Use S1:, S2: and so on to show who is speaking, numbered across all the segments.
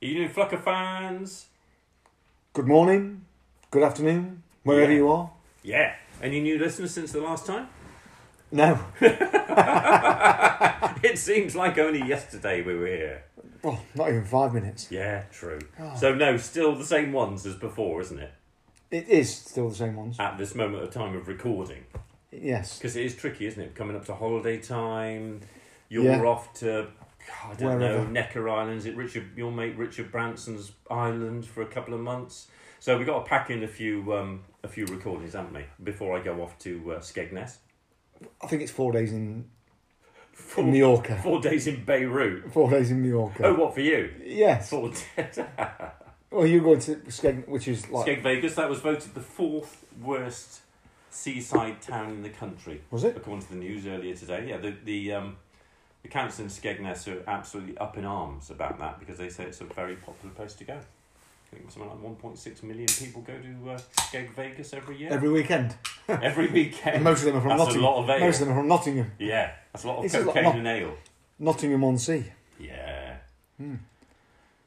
S1: you doing, Flucker fans?
S2: Good morning, good afternoon, wherever
S1: Yeah.
S2: you are.
S1: Yeah. Any new listeners since the last time?
S2: No,
S1: It seems like only yesterday we were here.
S2: well, not even five minutes.
S1: Yeah, true.
S2: Oh.
S1: So, no, still the same ones as before, isn't it?
S2: It is still the same ones.
S1: At this moment of time of recording.
S2: Yes,
S1: Because it is tricky, isn't it? Coming up to holiday time, you're
S2: Yeah.
S1: off to, I don't know,
S2: Wherever.
S1: Necker Islands, it Richard, your mate Richard Branson's island for a couple of months. So we've got to pack in a few um, a few recordings, haven't we? Before I go off to uh, Skegness.
S2: I think it's four days in
S1: Four,
S2: Mallorca.
S1: four days in Beirut.
S2: Four days in Mallorca.
S1: Oh, what for you?
S2: yes.
S1: Four days.
S2: Well, you're going to Skeg, which is like
S1: Skeg Vegas, that was voted the fourth worst seaside town in the country.
S2: was it?
S1: according to the news earlier today. Yeah, the the um, the council in Skegness are absolutely up in arms about that because they say it's a very popular place to go. I think something like one point six million people go to uh, Skeg Vegas every year,
S2: Every weekend.
S1: every, weekend.
S2: And most of them are from
S1: that's
S2: Nottingham.
S1: a lot of ale.
S2: Most of them are from Nottingham.
S1: yeah, that's a lot of
S2: It's a lot-
S1: cocaine
S2: lot-
S1: and ale.
S2: Nottingham on Sea.
S1: Yeah.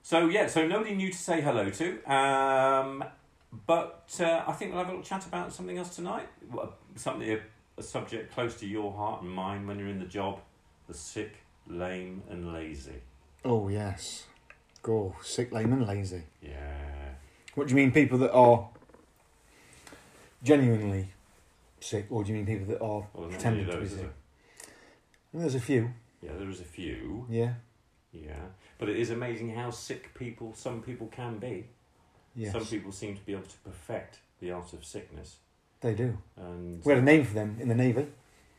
S1: So yeah, so nobody new to say hello to, um, but uh, I think we'll have a little chat about something else tonight. Well, Something a, a subject close to your heart and mine when you're in the job, the sick, lame, and lazy.
S2: Oh yes. Go sick, lame, and lazy.
S1: Yeah.
S2: What do you mean, people that are genuinely sick, or do you mean people that are
S1: Well, there's not many
S2: pretending
S1: of
S2: to be
S1: those. is
S2: sick?
S1: there?
S2: There's a few.
S1: Yeah, there is a few.
S2: Yeah.
S1: Yeah, but it is amazing how sick people some people can be.
S2: Yes.
S1: Some people seem to be able to perfect the art of sickness.
S2: They do.
S1: And
S2: We had a name for them in the Navy.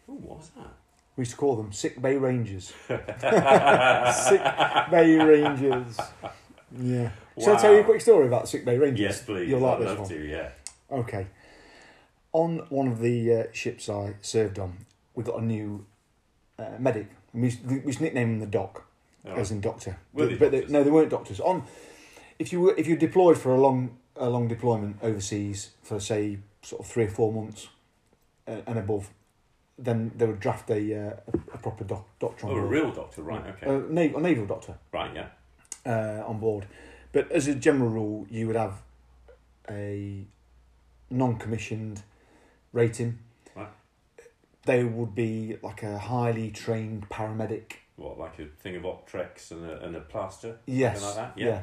S1: Ooh, what was that?
S2: We used to call them Sick Bay Rangers. Sick Bay Rangers. Yeah. Shall I tell you a
S1: Wow.
S2: quick story about Sick Bay Rangers?
S1: Yes, please.
S2: You'll like
S1: I'd
S2: this
S1: love
S2: one.
S1: to. Yeah.
S2: Okay. On one of the uh, ships I served on, we got a new uh, medic. We used, we used to nickname him the Doc,
S1: All right.
S2: as in Doctor.
S1: Were
S2: But-
S1: they
S2: but
S1: doctors?
S2: no, they weren't doctors. On if you were if you deployed for a long a long deployment overseas for say sort of three or four months uh, and above, then they would draft a uh, a, a proper doc, doctor on
S1: Oh, a
S2: board.
S1: real doctor, right? Okay,
S2: a, nav- a naval doctor
S1: right, yeah,
S2: uh, on board. But as a general rule, you would have a non-commissioned rating.
S1: Right.
S2: They would be like a highly trained paramedic.
S1: what like a thing of Optrex and a and a plaster,
S2: Yes.
S1: Something like that, yeah.
S2: Yeah.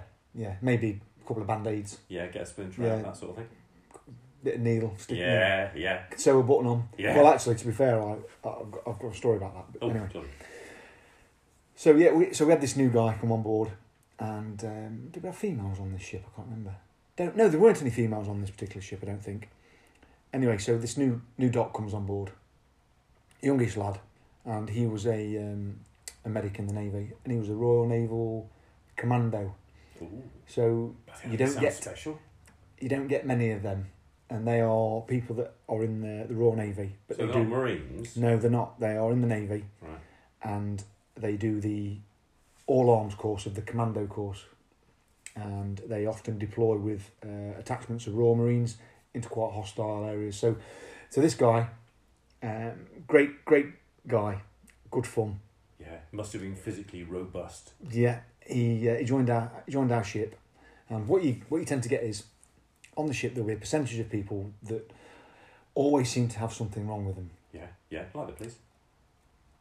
S2: yeah. Maybe a couple of band aids,
S1: yeah, get a splinter out,
S2: Yeah.
S1: that sort of thing.
S2: bit of needle, stick in there.
S1: Yeah, yeah.
S2: Sew a button on.
S1: Yeah.
S2: Well, actually, to be fair, I, I've, got, I've got a story about that. But
S1: Oh,
S2: anyway.
S1: sorry.
S2: So yeah, we, so we had this new guy come on board, and um, did we have females on this ship? I can't remember. Don't no, there weren't any females on this particular ship. I don't think. Anyway, so this new new doc comes on board, youngish lad, and he was a um, a medic in the navy, and he was a Royal Naval Commando.
S1: Ooh,
S2: So
S1: I think
S2: You
S1: that
S2: don't
S1: sounds
S2: get-
S1: special.
S2: you don't get many of them, and they are people that are in the, the Royal Navy, but
S1: so
S2: they
S1: they're
S2: do.
S1: not Marines,
S2: No, they're not. They are in the navy,
S1: right?
S2: and they do the all arms course of the commando course, and they often deploy with uh, attachments of raw marines into quite hostile areas. So, so this guy, um, great great guy, good fun.
S1: Yeah, must have been physically robust.
S2: Yeah, he uh, he joined our he joined our ship, and what you what you tend to get is, on the ship there'll be a percentage of people that always seem to have something wrong with them.
S1: Yeah, yeah, like the police.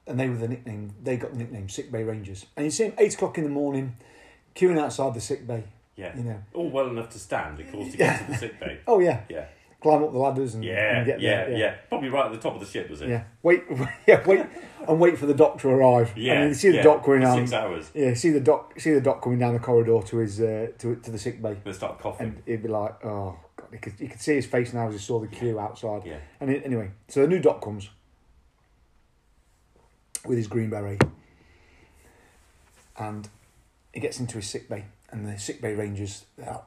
S2: and they were the nickname. They got the nickname Sick Bay Rangers. And you see them eight o'clock in the morning, queuing outside the sick bay.
S1: Yeah,
S2: You know,
S1: all well enough to stand, of course, to get to the sick bay.
S2: oh yeah,
S1: Yeah,
S2: climb up the ladders and,
S1: yeah,
S2: Mm, and
S1: yeah,
S2: get
S1: yeah,
S2: there. Yeah,
S1: Probably right at the top of the ship, was it?
S2: Yeah. Wait, yeah, wait, and wait for the doc to arrive.
S1: yeah.
S2: and then you see the
S1: yeah.
S2: doc going down.
S1: Six hours.
S2: Yeah, see the doc, see the doc coming down the corridor to his uh, to to the sick bay,
S1: They start coughing.
S2: and he'd be like, oh god, you could, you could see his face now as he saw the queue outside.
S1: yeah,
S2: And it, anyway, so the new doc comes with his green beret, and he gets into his sick bay, and the sick bay rangers, they're like,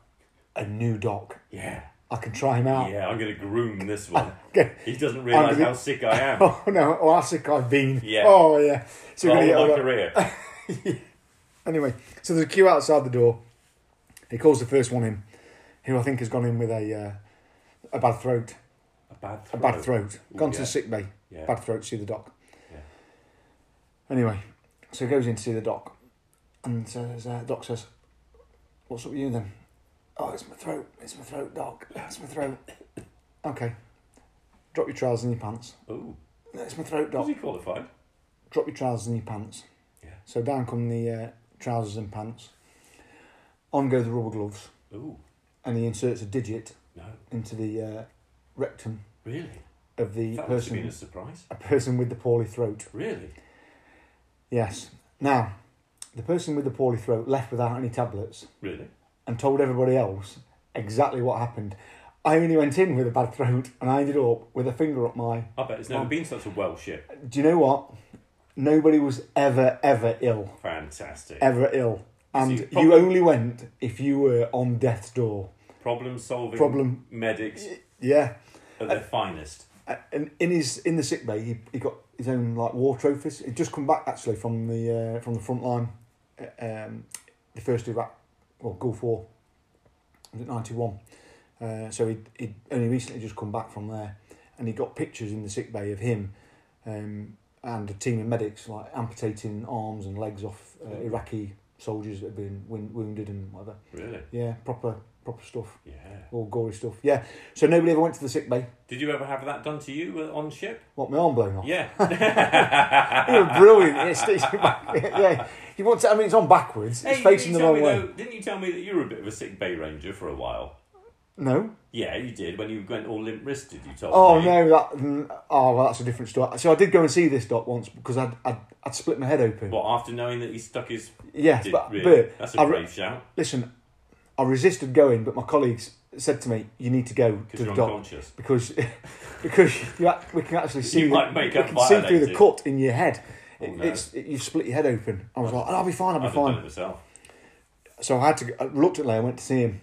S2: a new doc.
S1: yeah,
S2: I can try him out.
S1: yeah. I'm gonna groom this one.
S2: Okay.
S1: He doesn't realise
S2: gonna-
S1: how sick I am.
S2: Oh no! Oh, how sick I've been.
S1: Yeah.
S2: Oh yeah. So
S1: The
S2: we're
S1: whole
S2: gonna
S1: of
S2: get all
S1: my
S2: that.
S1: career.
S2: Anyway, so there's a queue outside the door. He calls the first one in, who I think has gone in with a uh, a bad throat,
S1: A bad
S2: a
S1: throat.
S2: bad throat.
S1: Ooh,
S2: Gone to
S1: yeah.
S2: the sick bay.
S1: Yeah.
S2: bad throat, see the doc.
S1: Yeah.
S2: Anyway, so he goes in to see the doc, and says, uh, doc says, What's up with you then? Oh, it's my throat. It's my throat, doc. It's my throat. Okay. Drop your trousers and your pants.
S1: Oh,
S2: "No, It's my throat,
S1: was
S2: doc.
S1: he qualified?
S2: Drop your trousers and your pants.
S1: Yeah.
S2: So down come the uh, trousers and pants. On go the rubber gloves,
S1: Oh,
S2: and he inserts a digit
S1: no,
S2: into the uh, rectum
S1: really?
S2: of the
S1: That must have been a
S2: person,
S1: surprise.
S2: a person with the poorly throat.
S1: Really?
S2: Yes. Now, the person with the poorly throat left without any tablets
S1: Really?
S2: and told everybody else exactly what happened. I only went in with a bad throat and I ended up with a finger up my.
S1: I bet it's never
S2: Um,
S1: been such a Welsh ship.
S2: Do you know what? Nobody was ever, ever ill.
S1: Fantastic.
S2: Ever ill. And
S1: So you
S2: you,
S1: probably-
S2: only went if you were on death's door.
S1: Problem solving
S2: Problem.
S1: medics
S2: Yeah.
S1: at their finest.
S2: Uh, And in his in the sick bay, he, he got his own like war trophies. He'd just come back actually from the uh, from the front line, uh, um, the first Iraq, well Gulf War, was it ninety one? Uh, so he he only recently just come back from there, and he got pictures in the sick bay of him, um, and a team of medics like amputating arms and legs off uh, Iraqi soldiers that had been win- wounded and whatever.
S1: Really?
S2: Yeah, proper proper stuff,
S1: Yeah.
S2: all gory stuff. Yeah, so nobody ever went to the sick bay.
S1: Did you ever have that done to you uh, on ship?
S2: What my arm blown off?
S1: Yeah.
S2: You were brilliant. Yeah, sticks it back. yeah, you want to, I mean, it's on backwards. It's
S1: Hey,
S2: facing
S1: didn't
S2: the
S1: you tell
S2: wrong
S1: me
S2: way.
S1: Though, didn't you tell me that you were a bit of a sick bay ranger for a while?
S2: No.
S1: Yeah, you did. When you went all limp wristed, you told
S2: Oh
S1: me.
S2: no, that. mm, Oh well, that's a different story. So I did go and see this doc once because I'd I'd, I'd split my head open.
S1: What, after knowing that he stuck his.
S2: Yes,
S1: Did,
S2: but,
S1: really?
S2: but
S1: That's
S2: I
S1: a
S2: re-
S1: brave shout.
S2: listen, I resisted going, but my colleagues said to me, "You need to go to
S1: Because
S2: the
S1: you're
S2: doc
S1: unconscious.
S2: because because you, act- we can actually see
S1: You
S2: the-
S1: might make
S2: we
S1: up
S2: can see through the
S1: violated.
S2: cut in your head.
S1: Oh,
S2: It-
S1: no.
S2: It's it, you split your head open. I was
S1: I'd-
S2: like, I'll be fine. I'll
S1: I'd
S2: be
S1: have
S2: fine. Oh
S1: done it myself.
S2: So I had to I reluctantly I went to see him,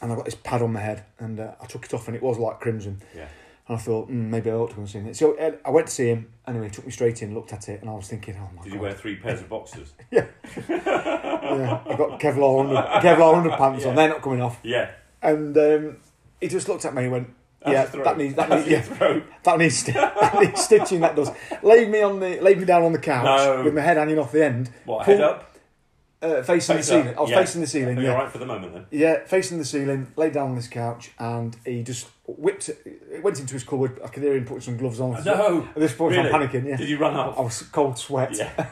S2: and I got this pad on my head, and uh, I took it off, and it was like crimson.
S1: Yeah.
S2: And I thought mm, maybe I ought to go and see him. So uh, I went to see him anyway. he Took me straight in, looked at it, and I was thinking, oh my
S1: Did
S2: god!
S1: you wear three pairs of boxers?
S2: yeah, I got Kevlar under Kevlar underpants on. They're not coming off.
S1: Yeah.
S2: And um, he just looked at me and went,
S1: That's
S2: yeah,
S1: your throat.
S2: that needs that
S1: That's
S2: needs
S1: your
S2: yeah,
S1: throat.
S2: that needs, sti- that needs stitching. That does. Laid me on the laid me down on the couch
S1: No.
S2: with my head hanging off the end,
S1: What,
S2: Pull-
S1: head up?
S2: uh, facing
S1: Face
S2: the
S1: up,
S2: ceiling. I was
S1: yeah.
S2: facing the ceiling.
S1: Are you
S2: Yeah.
S1: alright for the moment then?
S2: Yeah, facing the ceiling, laid down on this couch, and he just whipped. It went into his cupboard. I could hear him putting some gloves on.
S1: No!
S2: At this point, I'm
S1: Really?
S2: panicking. Oh, Yeah,
S1: Did you run
S2: I
S1: off?
S2: was cold sweat. Yeah.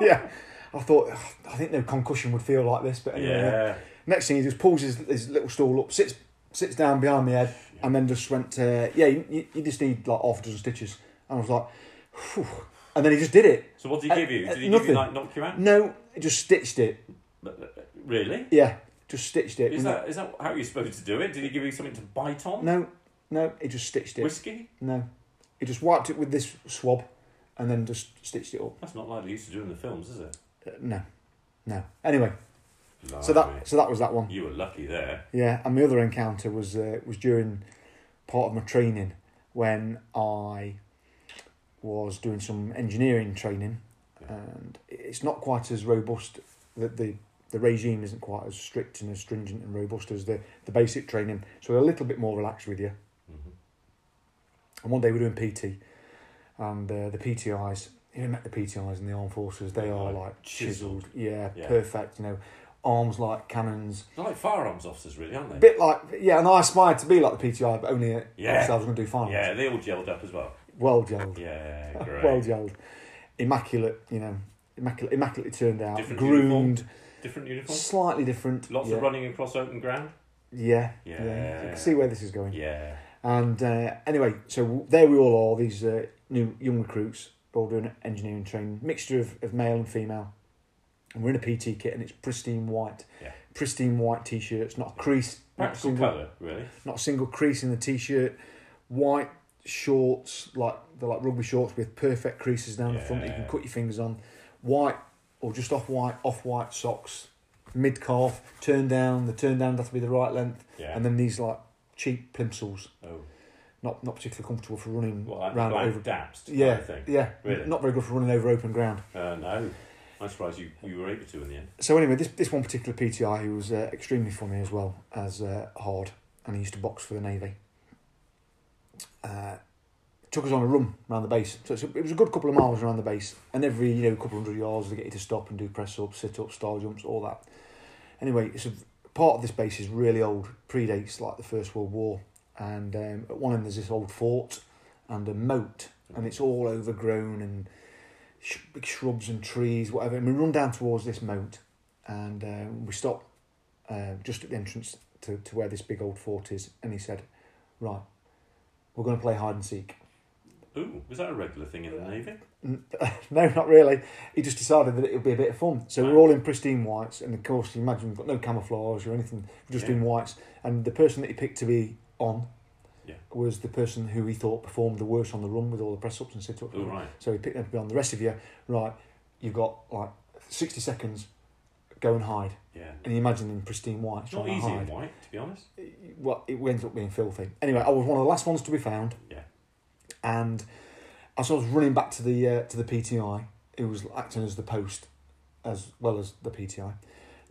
S1: Yeah.
S2: I thought, "Ugh, I think no concussion would feel like this, but anyway.
S1: Yeah.
S2: Next thing, he just pulls his, his little stool up, sits sits down behind my head, and then just went, uh, yeah, you, you- you just need like half a dozen stitches, and I was like, Phew. and then he just did it.
S1: So what did
S2: Uh,
S1: he give you? Did he
S2: uh,
S1: give you
S2: nothing.
S1: like knock you out? uh,
S2: No, he just stitched it.
S1: Really?
S2: Yeah, just stitched it.
S1: Is that is that how you're supposed to do it? Did he give you something to bite on?
S2: No, no, he just stitched it.
S1: Whiskey?
S2: No. He just wiped it with this swab and then just stitched it up.
S1: That's not like they used to do in the films, is it?
S2: Uh, no. No. Anyway,
S1: Oh,
S2: so that so that was that one.
S1: you were lucky there.
S2: Yeah, and my other encounter was uh, was during part of my training when I was doing some engineering training and it's not quite as robust that the the regime isn't quite as strict and as stringent and robust as the, the basic training. So they're a little bit more relaxed with you.
S1: Mhm.
S2: And one day we're doing PT, and uh, the PTIs, you know, met the PTIs in the armed forces, they are
S1: Like
S2: like
S1: chiseled.
S2: chiseled, yeah,
S1: Yeah.
S2: perfect, you know, arms like cannons.
S1: They're like firearms officers, really, aren't they?
S2: Bit like, yeah, and I aspired to be like the PTI, but only at
S1: Yeah.
S2: I was going to do finals.
S1: Yeah, they all gelled up as well.
S2: Well gelled,
S1: Yeah, great.
S2: well gelled, immaculate, you know, immaculate, immaculately turned out,
S1: Different
S2: groomed,
S1: Different uniforms.
S2: slightly different.
S1: Lots
S2: yeah.
S1: of running across open ground.
S2: Yeah,
S1: Yeah.
S2: You can see where this is going.
S1: Yeah.
S2: And uh, anyway, so there we all are, these uh, new young recruits, all doing engineering training, mixture of, of male and female. And we're in a PT kit and it's pristine white,
S1: Yeah.
S2: pristine white t shirts, not a crease, not a,
S1: Practical
S2: single,
S1: colour, really.
S2: not a single crease in the t shirt, white shorts, like they're like rugby shorts with perfect creases down the front that you can
S1: Yeah.
S2: cut your fingers on, white or just off white, off white socks, mid calf, turn down, the turn down have to be the right length,
S1: Yeah.
S2: and then these like cheap plimsolls
S1: oh,
S2: not not particularly comfortable for running
S1: well, like
S2: round
S1: black
S2: over.
S1: daps.
S2: Yeah,
S1: Kind of thing.
S2: yeah,
S1: Really?
S2: not very good for running over open ground.
S1: Uh, no. I'm surprised you, you were able to in the end.
S2: So anyway, this this one particular PTI who was uh, extremely funny as well as uh, hard, and he used to box for the navy. Uh, took us on a run around the base, so it's a, it was a good couple of miles around the base, and every you know couple hundred yards they get you to stop and do press ups, sit ups, star jumps, all that. Anyway, it's a part of this base is really old, predates like the First World War. And um, at one end there's this old fort and a moat, and it's all overgrown and sh- big shrubs and trees, whatever. And we run down towards this moat, and uh, we stop uh, just at the entrance to, to where this big old fort is. And he said, "Right, we're going to play hide and seek."
S1: Ooh, was that a regular thing in the Navy?
S2: N- no, not really. He just decided that it would be a bit of fun. So we're all in pristine whites, and of course, you imagine we've got no camouflage or anything, we're just
S1: Yeah.
S2: in whites. And the person that he picked to be on
S1: Yeah.
S2: was the person who he thought performed the worst on the run with all the press ups and sit ups.
S1: Ooh, Oh, right.
S2: So he picked them up on the rest of you. Right, you've got like 60 seconds, go and hide.
S1: Yeah.
S2: And you imagine in pristine whites
S1: It's not
S2: trying
S1: easy
S2: to
S1: in
S2: hide.
S1: white, to be honest.
S2: Well, it ends up being filthy. Anyway, I was one of the last ones to be found
S1: Yeah.
S2: and as I was running back to the uh, to the PTI, who was acting as the post, as well as the PTI,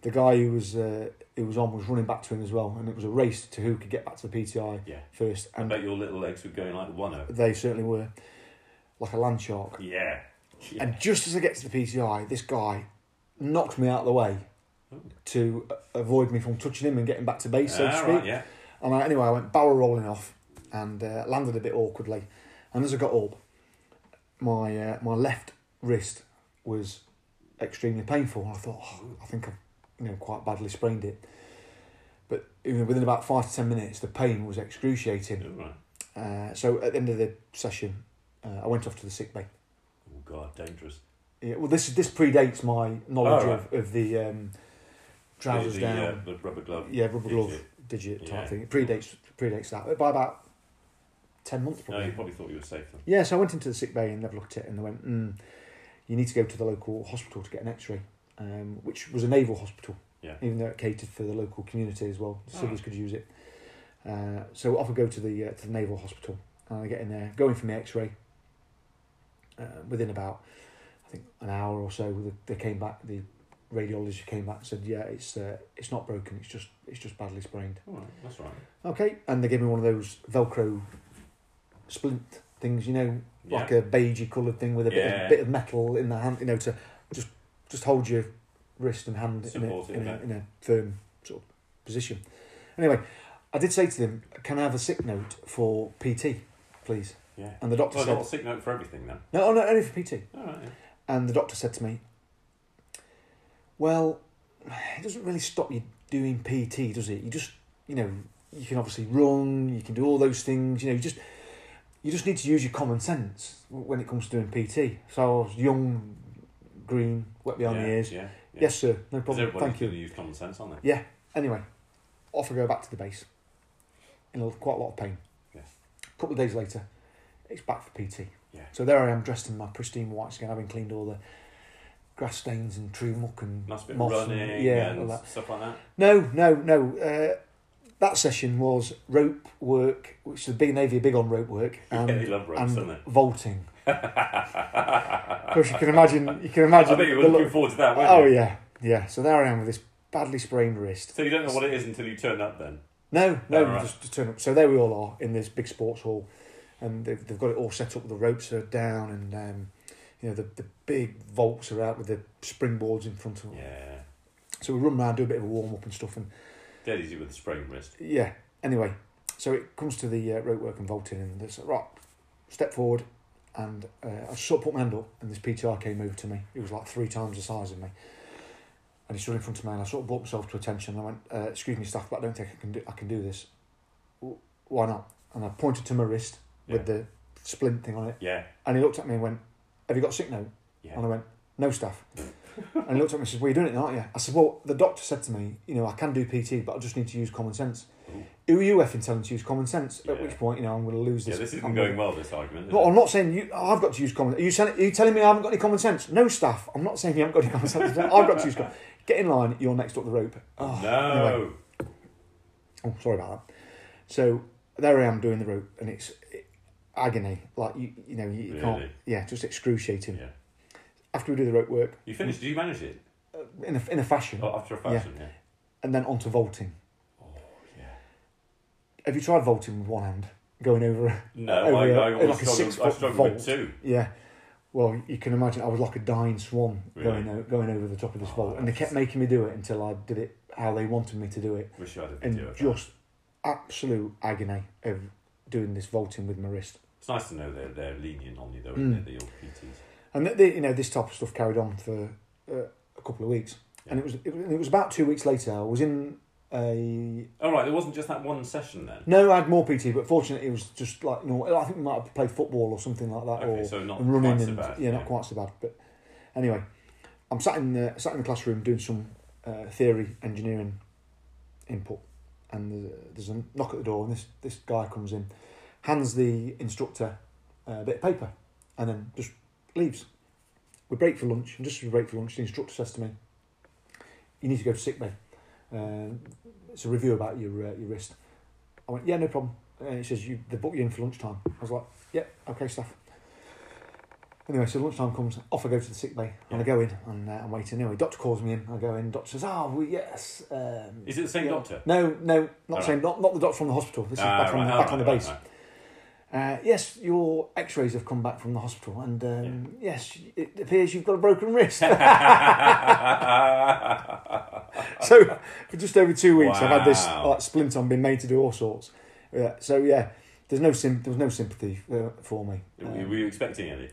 S2: the guy who was uh, who was on was running back to him as well, and it was a race to who could get back to the PTI
S1: Yeah.
S2: first,
S1: I
S2: and
S1: bet your little legs were going like one over.
S2: they certainly were, like a land shark.
S1: Yeah. Yeah.
S2: And just as I get to the PTI, this guy knocked me out of the way
S1: Ooh.
S2: to a- avoid me from touching him and getting back to base, so to
S1: Ah,
S2: speak.
S1: right, yeah.
S2: And I, anyway, I went barrel rolling off and uh, landed a bit awkwardly. And as I got up, my uh, my left wrist was extremely painful. And I thought, oh, I think I've you know quite badly sprained it. But you know, within about five to ten minutes, the pain was excruciating.
S1: Ooh, right.
S2: Uh, so at the end of the session, uh, I went off to the sick bay.
S1: Oh god, dangerous.
S2: Yeah, well, this this predates my knowledge
S1: Oh,
S2: of, of the um, trousers
S1: the, the,
S2: down,
S1: Uh, the rubber glove.
S2: yeah, rubber glove
S1: digit.
S2: digit type
S1: Yeah.
S2: thing. It predates predates that by about ten months
S1: No,
S2: probably.
S1: you probably thought you were safe then.
S2: Yeah, so I went into the sick bay and they've looked at it and they went, mm, you need to go to the local hospital to get an x-ray, um, which was a naval hospital,
S1: Yeah.
S2: even though it catered for the local community as well. The
S1: Ah.
S2: civvies could use it. Uh, so off I go to the, uh, to the naval hospital and I get in there, going for my x-ray. Uh, within about, I think, an hour or so, the- they came back, the radiologist came back and said, yeah, it's, uh, it's not broken, it's just, it's just badly sprained.
S1: All right, that's all right.
S2: Okay, and they gave me one of those Velcro splint things, you know,
S1: Yeah.
S2: like a beigey coloured thing with a bit,
S1: Yeah.
S2: of, bit of metal in the hand, you know, to just just hold your wrist and hand in a,
S1: Support it
S2: in,
S1: a
S2: a,
S1: bit.
S2: in a firm sort of position. Anyway, I did say to them, "Can I have a sick note for PT, please?"
S1: yeah.
S2: And the doctor
S1: Well, I got a
S2: said,
S1: sick note for everything then.
S2: "No, oh, no, only for PT."
S1: All right. Yeah.
S2: And the doctor said to me, "Well, it doesn't really stop you doing PT, does it? You just, you know, you can obviously run, you can do all those things. You know, you just, you just need to use your common sense when it comes to doing PT." So I was young, green, wet behind
S1: yeah,
S2: the ears.
S1: Yeah. yeah.
S2: Yes, sir. No
S1: Because
S2: problem.
S1: everybody's
S2: Thank
S1: going to
S2: you.
S1: use common sense, aren't they?
S2: Anyway, off I go back to the base. In a- quite a lot of pain.
S1: Yes.
S2: A couple of days later, it's back for PT.
S1: Yeah.
S2: So there I am dressed in my pristine whites again, having cleaned all the grass stains and tree muck and
S1: Nice bit of
S2: moss
S1: running
S2: and, yeah, all
S1: and
S2: that.
S1: stuff like that.
S2: No, no, no. Uh, that session was rope work, which the big navy are big on rope work, and,
S1: yeah, they love ropes,
S2: and
S1: don't they?
S2: vaulting. Of
S1: I
S2: course, you can imagine. You can imagine.
S1: bet you were
S2: the
S1: looking
S2: look-
S1: forward to that, weren't
S2: oh
S1: you?
S2: yeah, yeah. So there I am with this badly sprained wrist.
S1: So you don't know what it is until you turn up then.
S2: No, no,
S1: Oh, right.
S2: just to turn up. So there we all are in this big sports hall, and they've, they've got it all set up. The ropes are down, and um, you know the, the big vaults are out with the springboards in front of them.
S1: Yeah.
S2: So we run around, do a bit of a warm up and stuff, and
S1: Dead easy with a sprained wrist.
S2: yeah. Anyway, so it comes to the uh, rope work and vaulting, and it's like, right, step forward, and uh, I sort of put my hand up, and this PTR came over to me. He was like three times the size of me, and he stood in front of me, and I sort of brought myself to attention. And I went, uh, "Excuse me, staff, but I don't think I can do I can do this. "W- Why not?" And I pointed to my wrist with the splint thing on it,
S1: Yeah.
S2: and he looked at me and went, "Have you got a sick note?"
S1: Yeah.
S2: And I went, no staff. and he looked at me and says, well, you're doing it, aren't you? I said, well, the doctor said to me, you know, I can do PT, but I just need to use common sense.
S1: Ooh.
S2: Who are you effing telling to use common sense? At
S1: Yeah.
S2: which point, you know, I'm going to lose this.
S1: Yeah, this
S2: I'm
S1: isn't
S2: gonna-
S1: going well, this argument. is
S2: No,
S1: it?
S2: I'm not saying you. oh, I've got to use common. Are you, telling, are you telling me I haven't got any common sense? No, staff. I'm not saying you haven't got any common sense. I've got to use common. Get in line. You're next up the rope. Oh,
S1: no.
S2: anyway. Oh, sorry about that. So there I am doing the rope, and it's agony. Like you, you know, you, you can't.
S1: Really?
S2: Yeah, just excruciating.
S1: Yeah.
S2: After we do the rope work,
S1: You finished, did you manage it?
S2: in a, in a fashion,
S1: Oh, after a fashion, yeah.
S2: and then onto vaulting.
S1: Oh, yeah.
S2: Have you tried vaulting with one hand, going over?
S1: No,
S2: Over
S1: I,
S2: a-
S1: I,
S2: like a
S1: always struggled, I
S2: six-foot
S1: struggled
S2: vault.
S1: with two.
S2: Yeah. Well, you can imagine I was like a dying swan
S1: Really?
S2: going o- going over the top of this
S1: Oh,
S2: vault, and they
S1: that's-
S2: kept making me do it until I did it how they wanted me to do it,
S1: Wish I had a video
S2: and
S1: of that.
S2: just absolute agony of doing this vaulting with my wrist.
S1: It's nice to know they're, they're lenient on you, though,
S2: Mm.
S1: isn't it? The old PTs.
S2: And th th- you know, this type of stuff carried on for uh, a couple of weeks, and it was it, was- it was about two weeks later. I was in a
S1: All right, there wasn't just that one session then.
S2: no, I had more PT, but fortunately, it was just like you know, I think we might have played football or something like that,
S1: Okay,
S2: or
S1: so not
S2: and running
S1: quite so
S2: and
S1: bad.
S2: yeah, not quite so bad. But anyway, I'm sat in the sat in the classroom doing some uh, theory engineering input, and there's a, there's a knock at the door, and this this guy comes in, hands the instructor uh, a bit of paper, and then just leaves. We break for lunch, and just as we break for lunch, the instructor says to me, "You need to go to sick bay. Um it's a review about your uh, your wrist." I went, "Yeah, no problem." And he says, "You they book you in for lunchtime." I was like, "Yep, okay, staff." Anyway, so lunchtime comes, off I go to the sick bay, and I go in, and uh, I'm waiting. Anyway, doctor calls me in, I go in, doctor says, oh, we, yes. Um,
S1: Is it the same
S2: yeah.
S1: doctor?
S2: No, no, not
S1: All
S2: the same, not, not the doctor from the hospital. This is
S1: Ah,
S2: back, on,
S1: right,
S2: back
S1: all right,
S2: on the
S1: all right,
S2: base.
S1: all right.
S2: Uh, yes, your x-rays have come back from the hospital, and um, yes, it appears you've got a broken wrist. so for just over two weeks, I've had this
S1: Wow.
S2: like, splint on, been made to do all sorts. Yeah, so yeah, there's no sym- there was no sympathy uh, for me.
S1: were,
S2: Um,
S1: were you expecting any?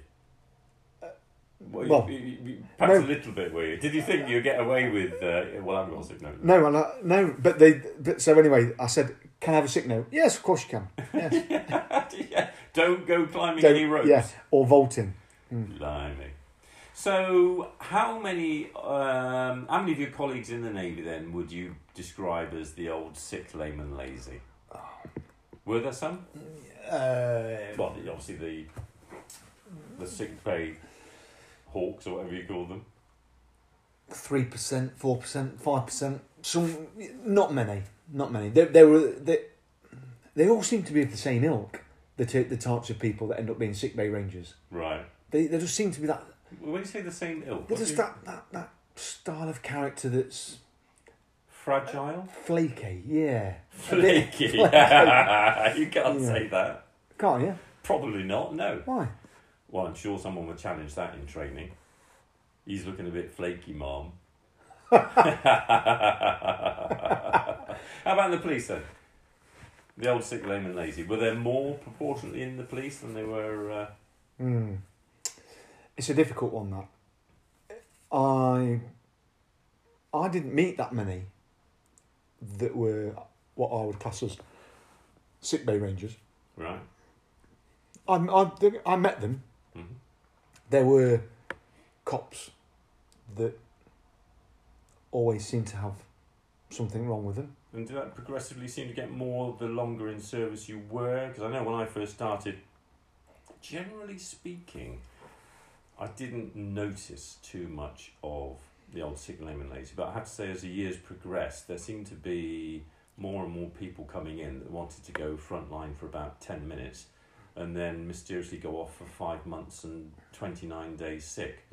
S1: Well,
S2: Uh, well,
S1: you, you- you- perhaps
S2: no.
S1: a little bit, were you? Did you think you'd get away with? Uh, well, I'm not sick. No,
S2: no, and I, no, but they. But so anyway, I said, "Can I have a sick note?" Yes, of course you can. Yes.
S1: yeah, don't go climbing
S2: Don't-
S1: any ropes.
S2: yeah, or vaulting.
S1: Blimey. So, how many, um, how many of your colleagues in the navy then would you describe as the old sick, lame, and lazy? Were there some?
S2: Uh,
S1: Well, the- obviously the the sick bay hawks or whatever you call them.
S2: three percent, four percent, five percent. Some, not many, not many. They, they were they, they all seem to be of the same ilk. The t- the types of people that end up being sick bay rangers.
S1: Right.
S2: They they just seem to be that.
S1: When you say the same ilk,
S2: They're
S1: what do
S2: just
S1: you-
S2: that, that that style of character that's
S1: fragile,
S2: flaky. Yeah, A bit-
S1: flaky. you
S2: Can't
S1: can't
S2: Yeah.
S1: say that.
S2: you?
S1: Probably not. No.
S2: Why?
S1: Well, I'm sure someone would challenge that in training. He's looking a bit flaky, mom. How about in the police then? The old sick, lame, and lazy. Were there more proportionately in the police than there were? Uh...
S2: Hmm. It's a difficult one that. I I didn't meet that many that were what I would class as sick bay rangers.
S1: Right.
S2: I, I, I met them.
S1: Mhm.
S2: There were cops that always seemed to have something wrong with them.
S1: And did that progressively seem to get more the longer in service you were? Because I know when I first started, generally speaking, I didn't notice too much of the old sick lame and lazy. But I have to say, as the years progressed, there seemed to be more and more people coming in that wanted to go frontline for about 10 minutes and then mysteriously go off for five months and 29 days sick,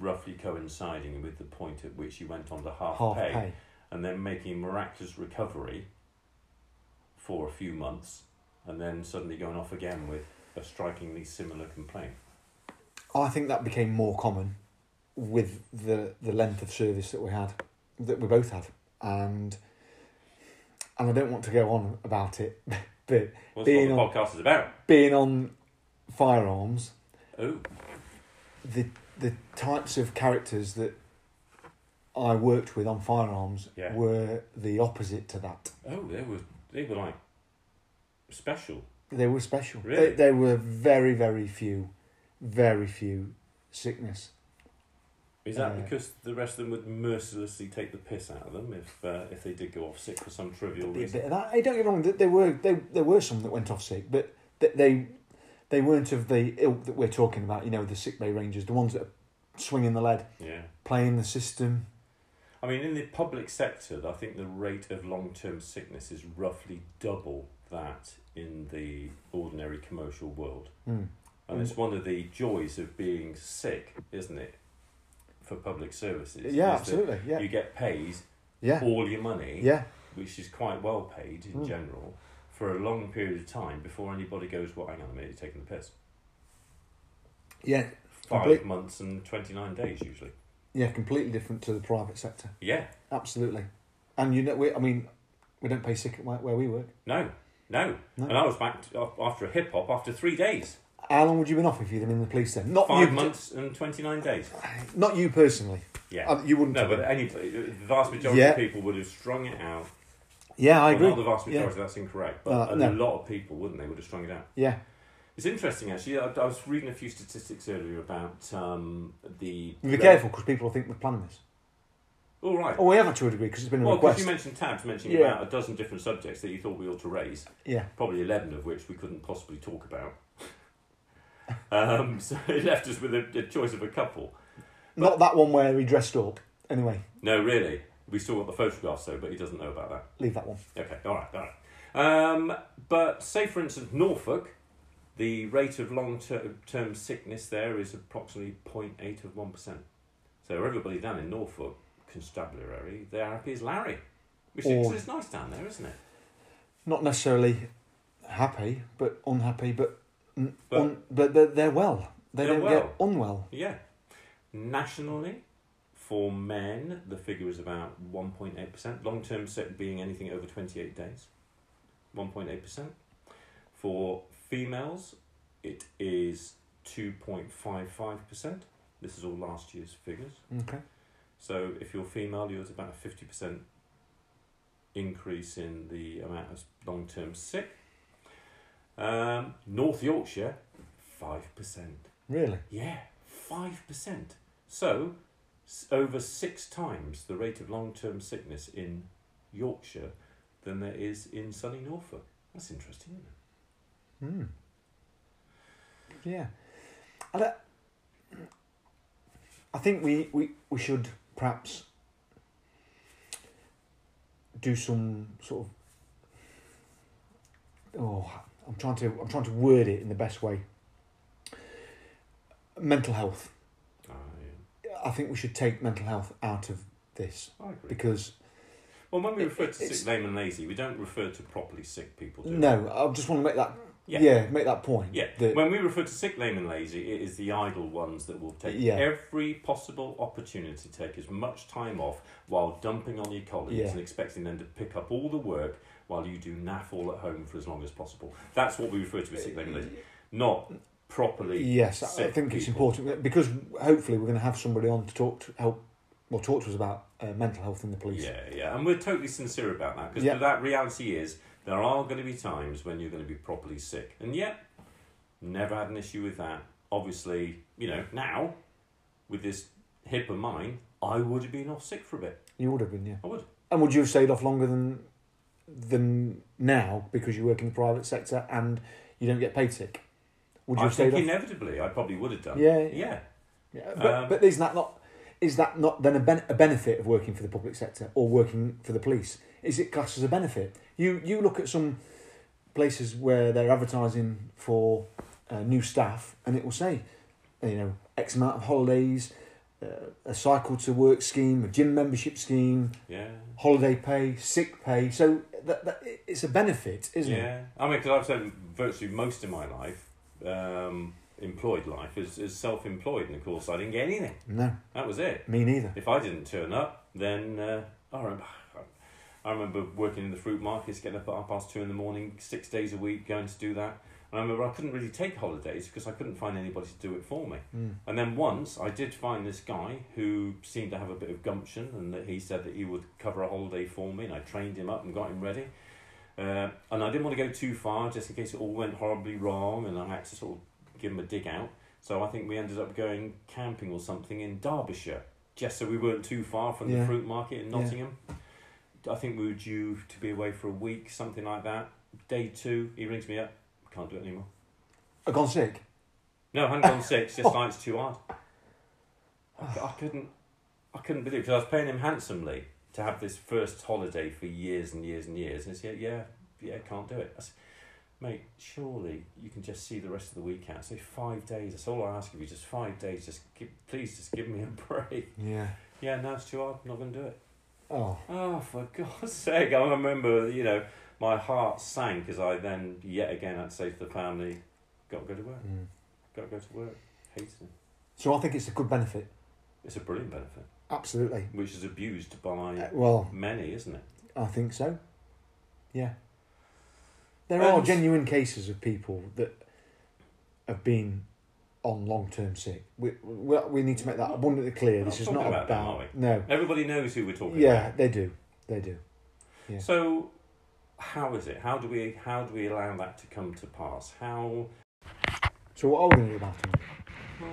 S1: roughly coinciding with the point at which he went on to half,
S2: Half
S1: pay
S2: pay.
S1: and then making miraculous recovery for a few months and then suddenly going off again with a strikingly similar complaint.
S2: I think that became more common with the the length of service that we had, that we both had, and and I don't want to go on about it, but
S1: Well, that's
S2: Being
S1: what the
S2: on-
S1: podcast is about.
S2: being on firearms,
S1: Oh,
S2: the the types of characters that I worked with on firearms
S1: Yeah.
S2: were the opposite to that.
S1: oh, they were they were like special.
S2: They were special.
S1: Really?
S2: They, they were very, very few, very few sickness.
S1: Is that
S2: Uh,
S1: because the rest of them would mercilessly take the piss out of them if uh, if they did go off sick for some trivial
S2: Be a
S1: reason?
S2: bit of that. Hey, don't get me wrong. th- There were there, there were some that went off sick, but th- they they weren't of the ilk that we're talking about. You know, the sick bay rangers, the ones that are swinging the lead,
S1: Yeah.
S2: playing the system.
S1: I mean, in the public sector, I think the rate of long term sickness is roughly double that in the ordinary commercial world.
S2: Hmm.
S1: And it's one of the joys of being sick, isn't it? For public services. is
S2: Yeah,
S1: that
S2: absolutely. Yeah,
S1: You get paid
S2: yeah,
S1: all your money,
S2: yeah.
S1: which is quite well paid in
S2: Mm.
S1: general, for a long period of time before anybody goes, well, hang on a minute, you're taking the piss.
S2: Yeah,
S1: Five
S2: Complete-
S1: months and 29 days usually.
S2: yeah. Completely different to the private sector.
S1: Yeah.
S2: Absolutely. And you know, we, I mean, we don't pay sick at where where we work.
S1: No, no.
S2: No.
S1: And I was back t- af- after a hip hop after three days,
S2: How long would you been off if you'd been in the police then? Not
S1: five
S2: Oh, you,
S1: months and twenty nine days.
S2: not you personally.
S1: Yeah.
S2: Uh, you wouldn't.
S1: no,
S2: have
S1: but
S2: been.
S1: any the vast majority
S2: Yeah.
S1: of people would have strung it out.
S2: yeah, I
S1: Well,
S2: agree.
S1: Not the vast
S2: Yeah.
S1: majority. That's incorrect. But
S2: Uh,
S1: a
S2: no.
S1: lot of people wouldn't they would have strung it out.
S2: Yeah,
S1: It's interesting actually. I, I was reading a few statistics earlier about um, the.
S2: be careful because people will think we're planning this.
S1: All right.
S2: Oh, we haven't to a degree because it's been a
S1: Well, because
S2: request.
S1: you mentioned tabs, mentioning
S2: Yeah.
S1: about a dozen different subjects that you thought we ought to raise,
S2: yeah,
S1: probably 11 of which we couldn't possibly talk about. um, so it left us with a, a choice of a couple.
S2: not that one where he dressed up. Anyway,
S1: No, really. We still got the photographs, though, but he doesn't know about that.
S2: leave that one.
S1: Okay, all right, all right. Um, but say, for instance, Norfolk, the rate of long ter- term sickness there is approximately 0.8 of 1%. So everybody down in Norfolk, constabulary, they're happy as Larry. Which is
S2: Or-
S1: it's nice down there, isn't it?
S2: Not necessarily happy, but unhappy, but n-
S1: But-
S2: un, but they're, they're well. They
S1: They're
S2: don't get unwell.
S1: Yeah. Nationally, for men, the figure is about 1.8%. Long term sick being anything over 28 days. 1.8%. For females, it is 2.55%. This is all last year's figures.
S2: Okay.
S1: So if you're female, you're at about a 50% increase in the amount of long term sick. Um, North Yorkshire, 5%.
S2: Really?
S1: Yeah, five percent. So, s- over six times the rate of long-term sickness in Yorkshire than there is in sunny Norfolk. That's interesting, isn't it?
S2: Hmm. Yeah. I, don't- I think we, we, we should perhaps do some sort of oh I'm trying to I'm trying to word it in the best way. Mental health.
S1: I,
S2: I think we should take mental health out of this
S1: I agree.
S2: because
S1: well, when we
S2: it-
S1: refer to sick,
S2: it's-
S1: lame, and lazy, we don't refer to properly sick people. Do we?
S2: no, I just want to make that
S1: Yeah.
S2: yeah, make that point.
S1: Yeah.
S2: that-
S1: when we refer to sick, lame, and lazy, it is the idle ones that will take
S2: Yeah.
S1: every possible opportunity to take as much time off while dumping on your colleagues
S2: Yeah.
S1: and expecting them to pick up all the work while you do naff all at home for as long as possible. That's what we refer to as sick, lame, and lazy. Not properly.
S2: Yes, I
S1: sick
S2: think it's
S1: people.
S2: important because hopefully we're going to have somebody on to talk to help or talk to us about uh, mental health in the police.
S1: Yeah, yeah. And we're totally sincere about that because
S2: Yeah.
S1: that reality is there are going to be times when you're going to be properly sick. And yet, never had an issue with that. Obviously, you know, now with this hip of mine, I would have been off sick for a bit.
S2: You would have been, yeah.
S1: I would.
S2: And would you have stayed off longer than than now because you work in the private sector and you don't get paid sick? Would you
S1: I
S2: have stayed
S1: think
S2: off?
S1: inevitably I probably would have done.
S2: Yeah, yeah.
S1: Yeah.
S2: Yeah, but,
S1: um,
S2: but is that not is that not then a, ben- a benefit of working for the public sector or working for the police? Is it classed as a benefit? You you look at some places where they're advertising for uh, new staff, and it will say, you know, X amount of holidays, uh, a cycle to work scheme, a gym membership scheme,
S1: Yeah.
S2: holiday pay, sick pay. So that, that it's a benefit, isn't it?
S1: yeah. I mean, because I've spent virtually most of my life, um, employed life, is, is self employed. And of course, I didn't get anything.
S2: No,
S1: That was it.
S2: me neither.
S1: If I didn't turn up, then uh, I, remember, I remember working in the fruit markets, getting up at half past two in the morning, six days a week, going to do that. And I remember I couldn't really take holidays because I couldn't find anybody to do it for me.
S2: Mm.
S1: And then once I did find this guy who seemed to have a bit of gumption, and that he said that he would cover a holiday for me, and I trained him up and got him ready. Uh, and I didn't want to go too far just in case it all went horribly wrong, and I had to sort of give him a dig out. So I think we ended up going camping or something in Derbyshire, just so we weren't too far from the
S2: Yeah.
S1: fruit market in
S2: Yeah.
S1: Nottingham. I think we were due to be away for a week, something like that. Day two, he rings me up, can't do it anymore.
S2: I've gone sick.
S1: No, hang on six. Just like it's too hard. I, c- I couldn't, I couldn't believe because I was paying him handsomely to have this first holiday for years and years and years, and it's yeah, yeah, yeah, can't do it. I said, Mate, surely you can just see the rest of the week out. Say five days. That's all I ask of you. Just five days. Just give, please, just give me a break.
S2: Yeah.
S1: Yeah, no, it's too hard. I'm not going to do it.
S2: Oh.
S1: Oh, for God's sake! I remember, you know, my heart sank as I then yet again had to say to the family, "Got to go to work.
S2: Mm.
S1: Got to go to work." Hated it.
S2: So I think it's a good benefit.
S1: It's a brilliant benefit,
S2: Absolutely.
S1: which is abused by
S2: Uh, well,
S1: many, isn't it?
S2: I think so. Yeah. There
S1: And-
S2: are genuine cases of people that have been on long term sick. We, we, we need to make that abundantly clear.
S1: We're not
S2: This is
S1: talking
S2: not
S1: about
S2: about.
S1: them, are
S2: no.
S1: Everybody knows who we're talking about.
S2: Yeah, they do. They do. Yeah.
S1: So, how is it? How do we how do we allow that to come to pass? How
S2: So, what are we going to do about it?
S1: well,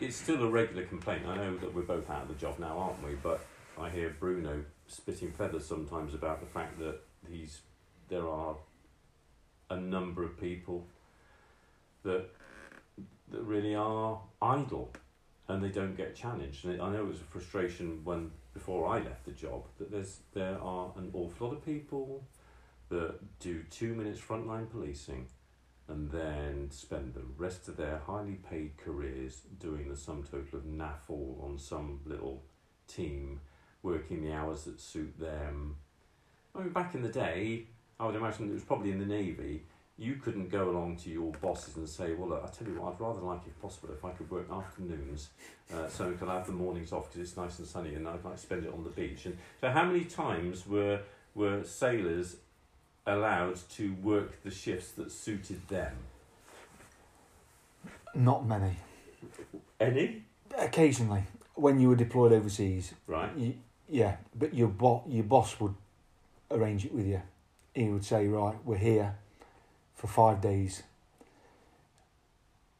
S1: it's still a regular complaint. I know that we're both out of the job now, aren't we? But I hear Bruno spitting feathers sometimes about the fact that he's there are a number of people that that really are idle and they don't get challenged. And I know it was a frustration when before I left the job that there's there are an awful lot of people that do two minutes frontline policing and then spend the rest of their highly paid careers doing the sum total of naff all on some little team, working the hours that suit them. I mean, back in the day, I would imagine it was probably in the Navy. You couldn't go along to your bosses and say, "Well, look, I tell you what, I'd rather like, if possible, if I could work afternoons, uh, so can I have the mornings off because it's nice and sunny, and I'd like to spend it on the beach." And so, how many times were were sailors allowed to work the shifts that suited them.
S2: Not many.
S1: Any?
S2: Occasionally, when you were deployed overseas,
S1: Right.
S2: you, yeah, but your bo- your boss would arrange it with you. He would say, "Right, we're here for five days.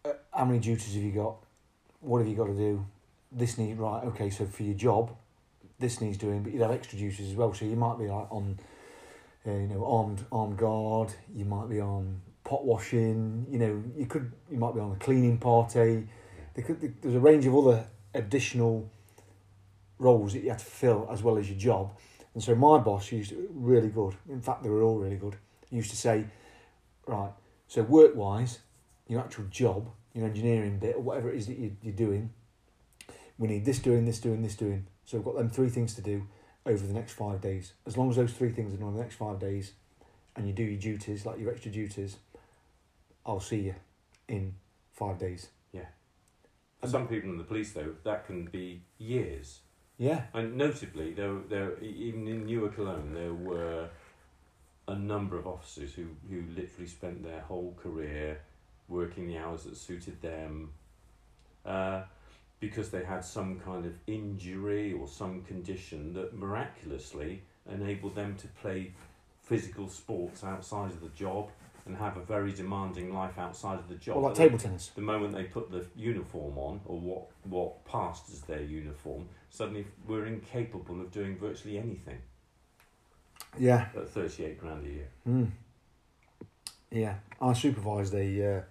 S2: Uh, how many duties have you got? What have you got to do? This needs right. Okay, so for your job, this needs doing, but you'd have extra duties as well. So you might be like on, uh, you know, armed armed guard. You might be on pot washing. You know, you could you might be on a cleaning party. There could, there- there's a range of other additional roles that you had to fill as well as your job. And so my boss used to, really good. In fact, they were all really good. He used to say, right, so work wise, your actual job, your engineering bit, or whatever it is that you, you're doing, we need this doing, this doing, this doing. So we've got them three things to do over the next five days. As long as those three things are done over the next five days, and you do your duties, like your extra duties, I'll see you in five days.
S1: For some people in the police, though, that can be years.
S2: Yeah.
S1: And notably, there, there, e-, even in Newark alone, there were a number of officers who, who literally spent their whole career working the hours that suited them uh, because they had some kind of injury or some condition that miraculously enabled them to play physical sports outside of the job and have a very demanding life outside of the job.
S2: Well, like
S1: But they-
S2: table tennis.
S1: the moment they put the uniform on, or what what passed as their uniform, suddenly we're incapable of doing virtually anything
S2: Yeah.
S1: at thirty eight grand a year.
S2: Mm. Yeah, I supervised a. Uh,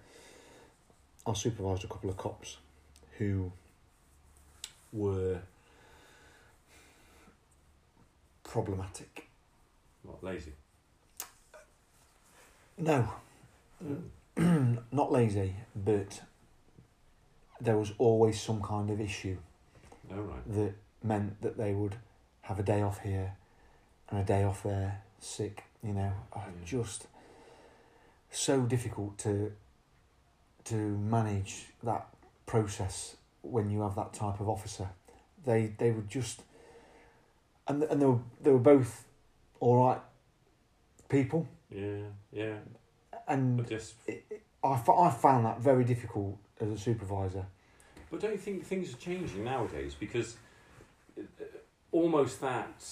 S2: I supervised a couple of cops, who. Were. Problematic.
S1: Not lazy.
S2: No, not lazy, but. There was always some kind of issue
S1: Oh right.
S2: that meant that they would have a day off here and a day off there, sick, you know. Oh,
S1: Yeah.
S2: Just so difficult to to manage that process when you have that type of officer. They they were just and and they were they were both all right people
S1: Yeah, yeah.
S2: and
S1: But just
S2: I, fo- I found that very difficult as a supervisor.
S1: But don't you think things are changing nowadays? Because uh, almost that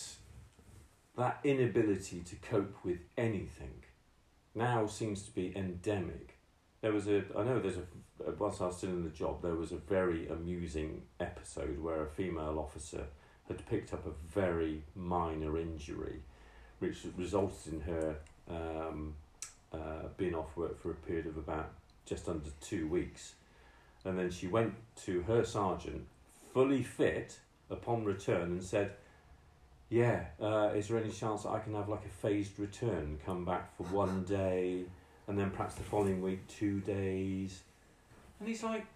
S1: that inability to cope with anything now seems to be endemic. There was a I know there's a uh, whilst I was still in the job there was a very amusing episode where a female officer had picked up a very minor injury, which resulted in her um, uh, being off work for a period of about just under two weeks and then she went to her sergeant, fully fit, upon return, and said, "Yeah, uh, is there any chance that I can have like a phased return, come back for one day, and then perhaps the following week two days?" And he's like,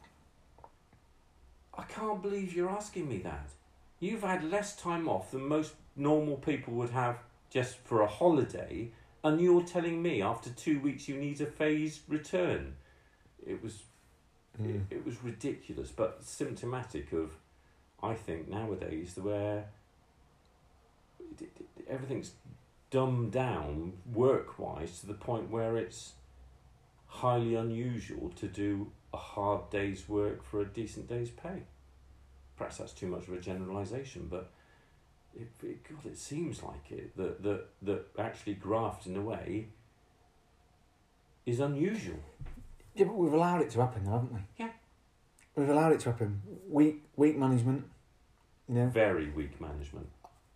S1: "I can't believe you're asking me that. You've had less time off than most normal people would have just for a holiday." And you're telling me after two weeks you need a phased
S2: Hmm.
S1: return. It was it, it was ridiculous, but symptomatic of I think nowadays where d- d- d- everything's dumbed down work wise to the point where it's highly unusual to do a hard day's work for a decent day's pay. Perhaps that's too much of a generalisation, but it, it, God, it seems like it that that that actually graft in a way is unusual.
S2: Yeah, but we've allowed it to happen, though, haven't we?
S1: Yeah.
S2: We've allowed it to happen. Weak, weak management. You know,
S1: Very weak management.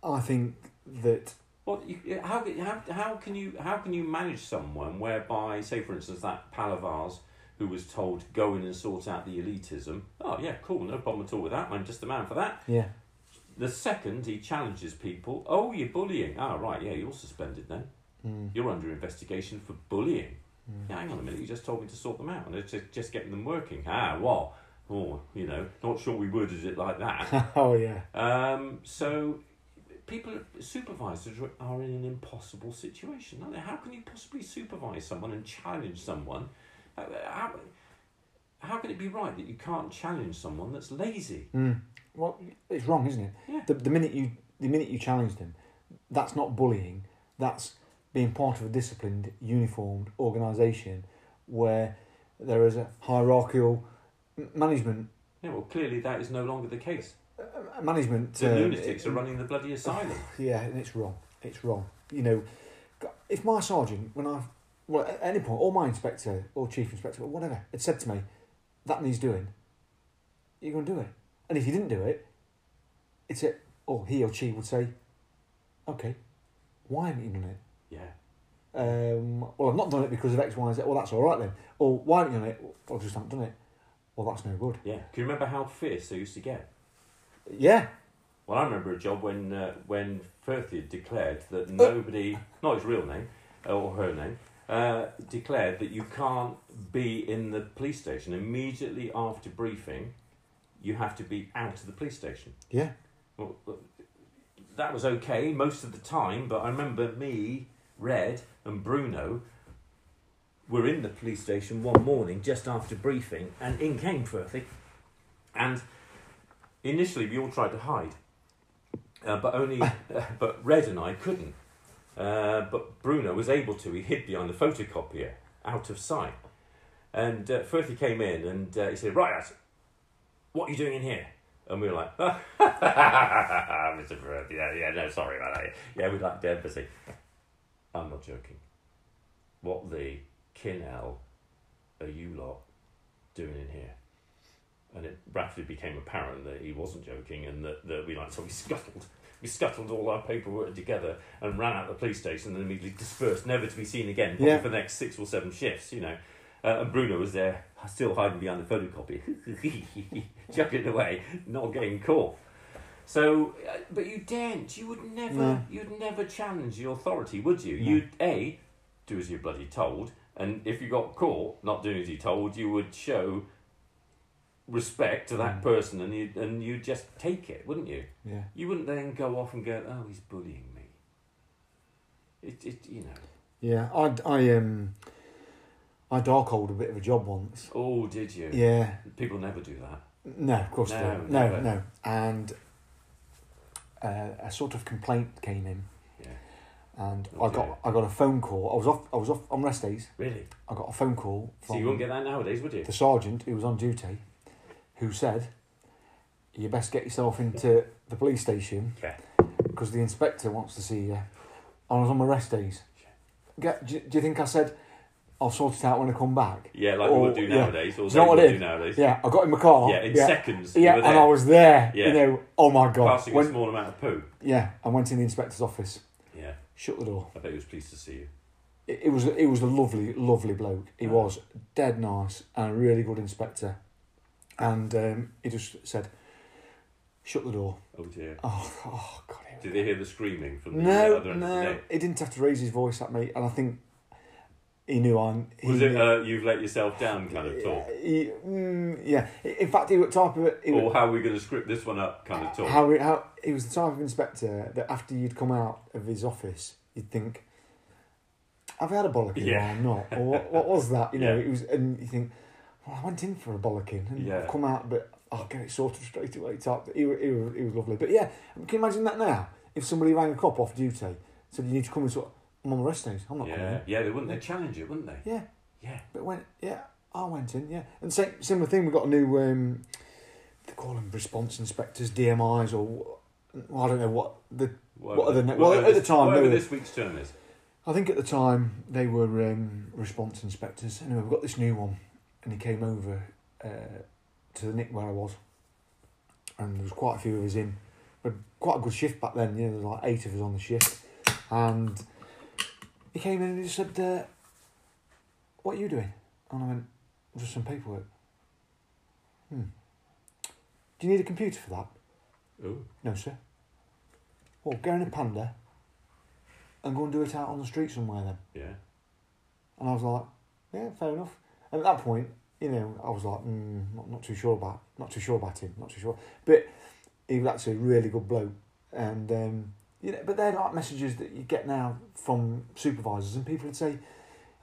S2: I think that
S1: What you, you- how, how, how can you how can you manage someone whereby say for instance that Palavars who was told go in and sort out the elitism oh yeah cool no problem at all with that I'm just the man for that
S2: yeah,
S1: the second he challenges people oh you're bullying ah right yeah you're suspended then
S2: mm,
S1: you're under investigation for bullying
S2: mm.
S1: yeah hang on a minute you just told me to sort them out and it's just, just getting them working ah what oh you know not sure we worded it like that
S2: oh yeah,
S1: um, so people, supervisors are- are in an impossible situation. aren't they? How can you possibly supervise someone and challenge someone? Uh, How, how can it be right that you can't challenge someone that's lazy?
S2: mm. well, it's wrong, isn't it?
S1: Yeah.
S2: The, the minute you the minute you challenge them, that's not bullying. That's being part of a disciplined, uniformed organisation where there is a hierarchical m- management.
S1: Yeah, well, clearly that is no longer the case.
S2: Uh, management.
S1: The
S2: uh,
S1: lunatics are running the bloody asylum.
S2: Yeah, and it's wrong. It's wrong. You know, g- if my sergeant, when I, well, at any point, or my inspector, or chief inspector, or whatever, had said to me, that needs doing, you're going to do it. And if you didn't do it, it's it, or he or she would say, okay, why haven't you done it?
S1: Yeah,
S2: Um, well, I've not done it because of X, Y, and Z. Well, that's all right then. Or why haven't you done it? Well, I just haven't done it. Well, that's no good.
S1: yeah. Can you remember how fierce they used to get?
S2: Yeah,
S1: Well, I remember a job when uh, when Firthy had declared that nobody, not his real name uh, or her name, uh, declared that you can't be in the police station immediately after briefing. You have to be out of the police station.
S2: yeah.
S1: Well, that was okay most of the time, but I remember me, Red, and Bruno were in the police station one morning just after briefing, and in came Firthy. And initially, we all tried to hide, uh, but only, but Red and I couldn't. Uh, but Bruno was able to. He hid behind the photocopier, out of sight. And uh, Firthy came in and uh, he said, "Right, lads, what are you doing in here?" And we were like, Mr. Perth, yeah, yeah, no, sorry about that. Yeah, we'd like to empathy. I'm not joking. What the Kinnell are you lot doing in here? And it rapidly became apparent that he wasn't joking and that, that we like, so we scuttled. We scuttled all our paperwork together and ran out the police station and immediately dispersed, never to be seen again, probably
S2: Yeah.
S1: for the next six or seven shifts, you know. Uh, and Bruno was there, still hiding behind the photocopy, chucking it away, not getting caught. So, uh, but you daren't. You would never.
S2: No.
S1: You'd never challenge the authority, would you?
S2: No.
S1: You'd a do as you're bloody told, and if you got caught not doing as you told, you would show respect to that
S2: Mm.
S1: person, and you and you'd just take it, wouldn't you?
S2: Yeah.
S1: You wouldn't then go off and go, oh, he's bullying me. It, it, you know.
S2: Yeah, I, I um, I dark a bit of a job once.
S1: Oh, did you?
S2: Yeah,
S1: People never do that.
S2: no, of course
S1: No,
S2: not. No,
S1: never.
S2: no, and uh, a sort of complaint came in,
S1: Yeah.
S2: and
S1: Oh,
S2: I
S1: dear.
S2: got I got a phone call. I was off I was off on rest days.
S1: Really?
S2: I got a phone call
S1: So
S2: from
S1: you wouldn't get that nowadays, would you?
S2: the sergeant who was on duty, who said, "You best get yourself into the police station
S1: Yeah.
S2: because the inspector wants to see you." I was on my rest days.
S1: Yeah.
S2: Get, do, do you think I said, "I'll sort it out when I come back"?
S1: Yeah, like we
S2: Or-
S1: would do
S2: Oh, yeah.
S1: nowadays, or
S2: Do
S1: they
S2: you know what I
S1: would do
S2: did?
S1: nowadays.
S2: Yeah, I got in my car.
S1: Yeah, in
S2: yeah,
S1: seconds. you
S2: yeah,
S1: were
S2: and
S1: there,
S2: I was there.
S1: Yeah.
S2: You know, oh my god.
S1: passing a
S2: When,
S1: small amount of poo.
S2: yeah, I went in the inspector's office,
S1: Yeah,
S2: shut the door.
S1: I bet he was pleased to see you.
S2: It, it was it was a lovely, lovely bloke. He
S1: Yeah.
S2: was dead nice and a really good inspector. And um, he just said, "Shut the door."
S1: Oh dear.
S2: Oh, oh god. it was-
S1: Did they hear the screaming from the
S2: No,
S1: other end of the
S2: no,
S1: day?
S2: he didn't have to raise his voice at me, and I think he knew I'm. He
S1: Was it
S2: knew-
S1: uh, you've let yourself down kind of talk?
S2: He, mm, yeah. In fact, he was type of. He,
S1: Or how are we going to script this one up kind of talk?
S2: How, he- how he was the type of inspector that after you'd come out of his office, you'd think, "Have I had a bollocking
S1: Yeah.
S2: or not? Or what, what was that?" You know,
S1: Yeah.
S2: it was, and you think, "Well, I went in for a bollocking and
S1: Yeah.
S2: I've come out, but I I'll get it sorted straight away. Type. He, wa- he, wa- he was lovely. But yeah, can you imagine that now? If somebody rang a cop off duty, said you need to come and sort, I'm on the rest days. I'm not coming.
S1: Yeah,
S2: in."
S1: yeah, they wouldn't. They'd challenge it, wouldn't they?
S2: Yeah,
S1: Yeah.
S2: but when yeah, I went in. Yeah, and same similar thing. We got a new um, they call them response inspectors, DMIs, or wh- well, I don't know what the. What are the ne- well,
S1: whatever
S2: at the
S1: this-
S2: time,
S1: Whatever
S2: they were-
S1: this week's term is.
S2: I think at the time they were um, response inspectors. Anyway, we got this new one, and he came over uh, to the nick where I was, and there was quite a few of us in. But quite a good shift back then. You know, there was like eight of us on the shift, and he came in and he said, uh, "What are you doing?" And I went, "Just some paperwork." Hmm. Do you need a computer for that?
S1: Ooh.
S2: No, sir. Well, go in a panda and go and do it out on the street somewhere then.
S1: Yeah.
S2: And I was like, yeah, fair enough. And at that point, you know, I was like, mm, not, not too sure about, not too sure about him, not too sure. But he was actually a really good bloke, and um, you know, but they're like messages that you get now from supervisors and people would say,